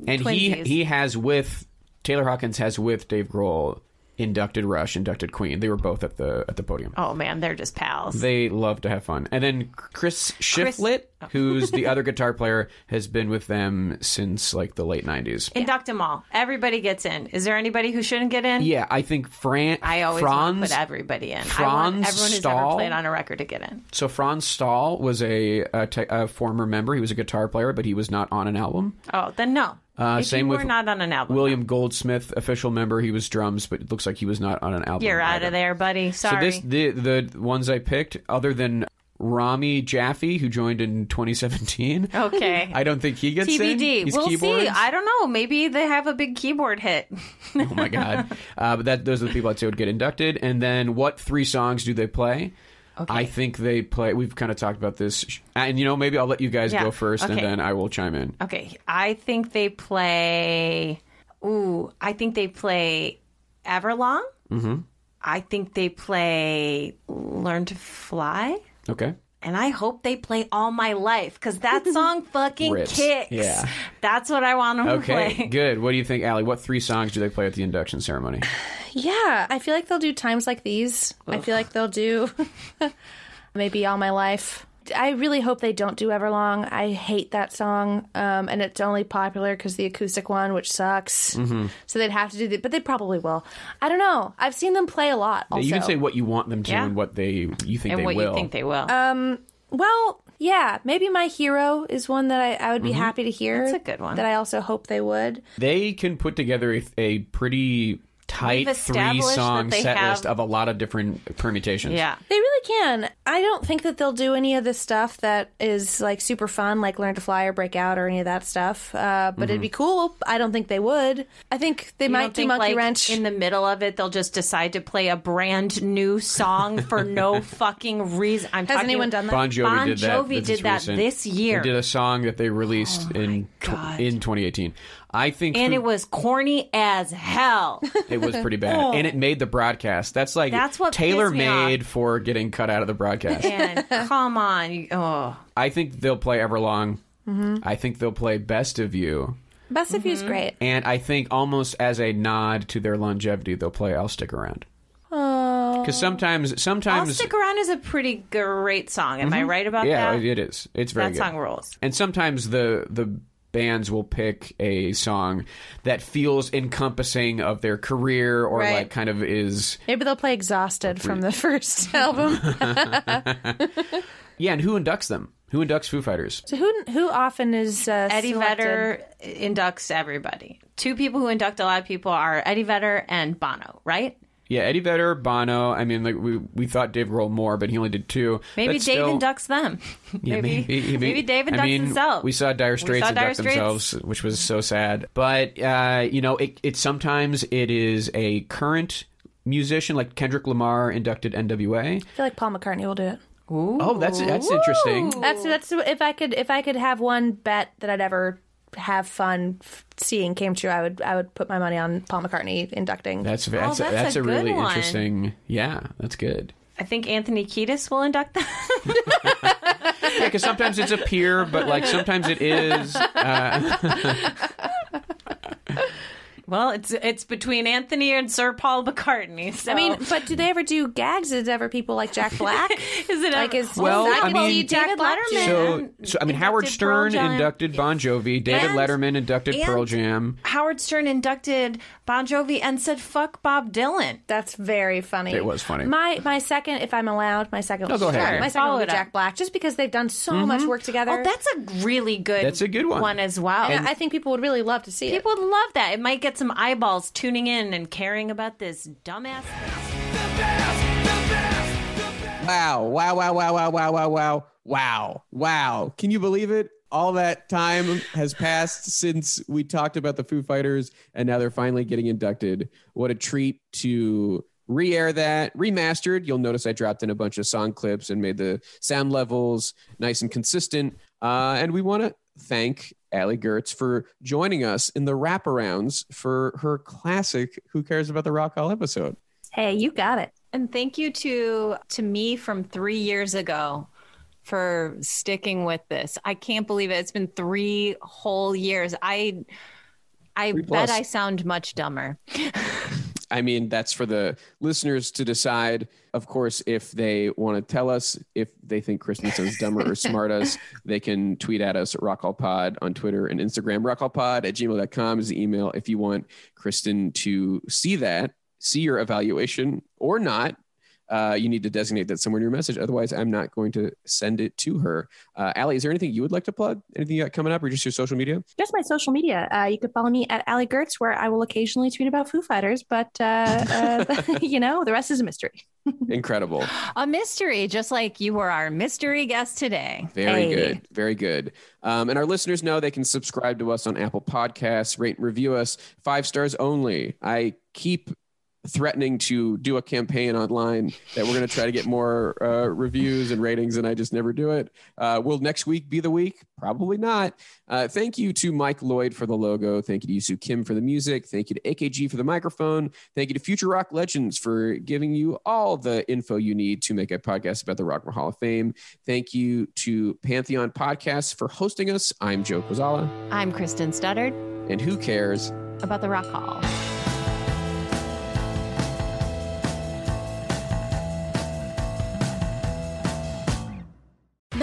and he
twinsies.
he has with Taylor Hawkins has with Dave Grohl inducted Rush, inducted Queen. They were both at the at the podium.
oh man, they're just pals.
They love to have fun. And then Chris Shiflett
Oh.
who's the other guitar player, has been with them since like the late 90s.
Induct them all. Everybody gets in. Is there anybody who shouldn't get in?
Yeah, I think Fran.
I always want to
Franz.
put everybody in. I want
Franz
everyone who's ever
Stahl?
played on a record to get in.
so Franz Stahl was a, a, te- a former member. He was a guitar player, but he was not on an album.
Oh, then no.
Uh,
if
same
you
with
were not on an album,
William Goldsmith, official member, he was drums, but it looks like he was not on an album.
you're out
either.
of there, buddy. Sorry.
So this the the ones I picked, other than Rami Jaffe, who joined in 2017.
Oh, okay.
I don't think he gets in.
TBD.
He's
we'll
keyboards.
see. I don't know. Maybe they have a big keyboard hit.
Oh my god! uh, but that those are the people I'd say would get inducted. And then what three songs do they play? I think they play. We've kind of talked about this, and you know maybe I'll let you guys
Yeah.
go first, and
Okay.
then I will chime in.
Okay, I think they play. Ooh, I think they play Everlong. Mm-hmm. I think they play Learn to Fly,
Okay.
and I hope they play All My Life because that song fucking
Rips.
kicks.
Yeah.
that's what I want them
Okay.
to play.
Good. What do you think, Allie? What three songs do they play at the induction ceremony?
Yeah, I feel like they'll do times like these. I feel like they'll do maybe all my life. I really hope they don't do Everlong. I hate that song, um, and it's only popular because the acoustic one, which sucks.
Mm-hmm.
So they'd have to do that, but they probably will. I don't know. I've seen them play a lot. Also,
you can say what you want them to
Yeah.
and what they you think
And
they
what
will.
you think they will?
well, yeah, maybe my hero is one that I, I would be
Mm-hmm.
happy to hear.
That's a good one.
That I also hope they would.
they can put together a, a pretty tight
We've
three
established
song
that they
set list
have-
of a lot of different permutations.
yeah.
They really can. I don't think that they'll do any of the stuff that is like super fun, like learn to fly or break out or any of that stuff. Uh, but it'd be cool. I don't think they would. I think they
You
might
don't
do
think,
Monkey
like,
Wrench.
in the middle of it. They'll just decide to play a brand new song for no fucking reason. I'm
Has
talking-
anyone done that?
Bon Jovi
Bon
did that.
Jovi
This
did
is
that
recent.
this year. Oh
They did a song that they released in tw-
God.
in 2018. I think
and
who-
it was corny as hell.
it was pretty bad, and it made the broadcast. That's like
That's what pissed me
tailor made for getting cut out of the broadcast.
and come on, you- oh,
I think they'll play Everlong.
Mm-hmm.
I think they'll play Best of You,
Best of You's great.
and I think almost as a nod to their longevity, they'll play I'll Stick Around. Because sometimes,
Oh. I'll
sometimes
stick around is a pretty great song. Am I right about
Mm-hmm. yeah,
that?
it is. It's very
that
good.
song rules.
And sometimes the the bands will pick a song that feels encompassing of their career or
Right.
like kind of is
Maybe they'll play Exhausted from the first album.
yeah. And who inducts them? Who inducts Foo Fighters?
so who who often is uh,
Eddie
selected?
Vedder inducts everybody. Two people who induct a lot of people are Eddie Vedder and Bono, right?
Yeah, Eddie Vedder, Bono. I mean, like we we thought Dave Grohl more, but he only did two.
Maybe
That's
Dave
still-
inducts them.
Yeah,
maybe, maybe Dave inducts
I mean,
himself.
We saw Dire Straits
saw
induct
Dire Straits.
themselves, which was so sad. But uh, you know, it, it sometimes it is a current musician like Kendrick Lamar inducted NWA.
I feel like Paul McCartney will do it.
Oh, that's that's interesting.
That's that's if I could if I could have one bet that I'd ever have fun f- seeing came true. I would I would put my money on Paul McCartney inducting.
That's that's,
Oh, that's
that's,
a
a,
good
really
one.
interesting. Yeah, that's good.
I think Anthony Kiedis will induct them.
Yeah, because sometimes it's a peer, but like sometimes it is. uh,
well, it's it's between Anthony and Sir Paul McCartney. so-
I mean, but do they ever do gags? Is it ever people like Jack Black?
Is it
like
ever-
is
Well,
I
I
can
mean-
see Jack
David
Black
Letterman.
do it.
so, so I mean, Howard
Inducted Pearl
Stern
Jam.
inducted Bon Jovi, David
And-
Letterman inducted
and-
Pearl Jam.
Howard Stern inducted Bon Jovi and said "fuck Bob Dylan."
That's very funny.
It was funny.
My my second, if I'm allowed, my second.
No, go ahead. Mm-hmm. Sure.
My second
Follow
would
it
be
up.
Jack Black, just because they've done so much work together.
Oh, that's a really good.
That's a good one.
One as well.
I think people would really love to see it.
People would love that. It might get some eyeballs tuning in and caring about this dumbass.
Wow, wow, wow, wow, wow, wow, wow, wow, wow, wow. Can you believe it? All that time has passed since we talked about the Foo Fighters, and now they're finally getting inducted. What a treat to re air that, remastered. You'll notice I dropped in a bunch of song clips and made the sound levels nice and consistent. Uh, and we want to thank Allie Gertz for joining us in the wraparounds for her classic Who Cares About the Rock Hall episode.
Hey, you got it.
And thank you to to me from three years ago for sticking with this. I can't believe it. It's been three whole years. I I
Three
bet
plus.
I sound much dumber.
I mean, that's for the listeners to decide. Of course, if they want to tell us if they think Christensen's dumber or smart us, they can tweet at us at RockAllPod on Twitter and Instagram. RockAllPod at gmail.com is the email if you want Kristen to see that, see your evaluation or not. Uh, you need to designate that somewhere in your message. Otherwise, I'm not going to send it to her. Uh, Allie, is there anything you would like to plug? Anything you got coming up or just your social media?
Just my social media. Uh, you could follow me at Allie Gertz, where I will occasionally tweet about Foo Fighters, but uh, uh, you know, the rest is a mystery.
Incredible.
A mystery, just like you were our mystery guest today.
Very
Hey.
good. Very good. Um, and our listeners know they can subscribe to us on Apple Podcasts, rate and review us five stars only. I keep threatening to do a campaign online that we're going to try to get more uh, reviews and ratings, and I just never do it. Uh, will next week be the week? Probably not. Uh, thank you to Mike Lloyd for the logo. Thank you to Yusu Kim for the music. Thank you to AKG for the microphone. Thank you to Future Rock Legends for giving you all the info you need to make a podcast about the Rock and Roll Hall of Fame. Thank you to Pantheon Podcasts for hosting us. I'm Joe Kozala,
I'm Kristen Studdard
and who cares?
about the Rock Hall.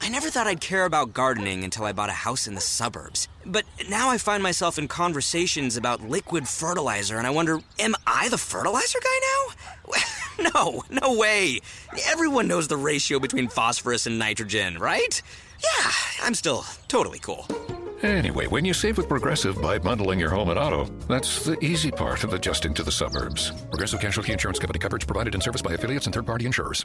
I never thought I'd care about gardening until I bought a house in the suburbs. But now I find myself in conversations about liquid fertilizer, and I wonder am I the fertilizer guy now? no, no way. Everyone knows the ratio between phosphorus and nitrogen, right? Yeah, I'm still totally cool.
Anyway, when you save with Progressive by bundling your home and auto, that's the easy part of adjusting to the suburbs. Progressive Casualty Insurance Company coverage provided and serviced by affiliates and third party insurers.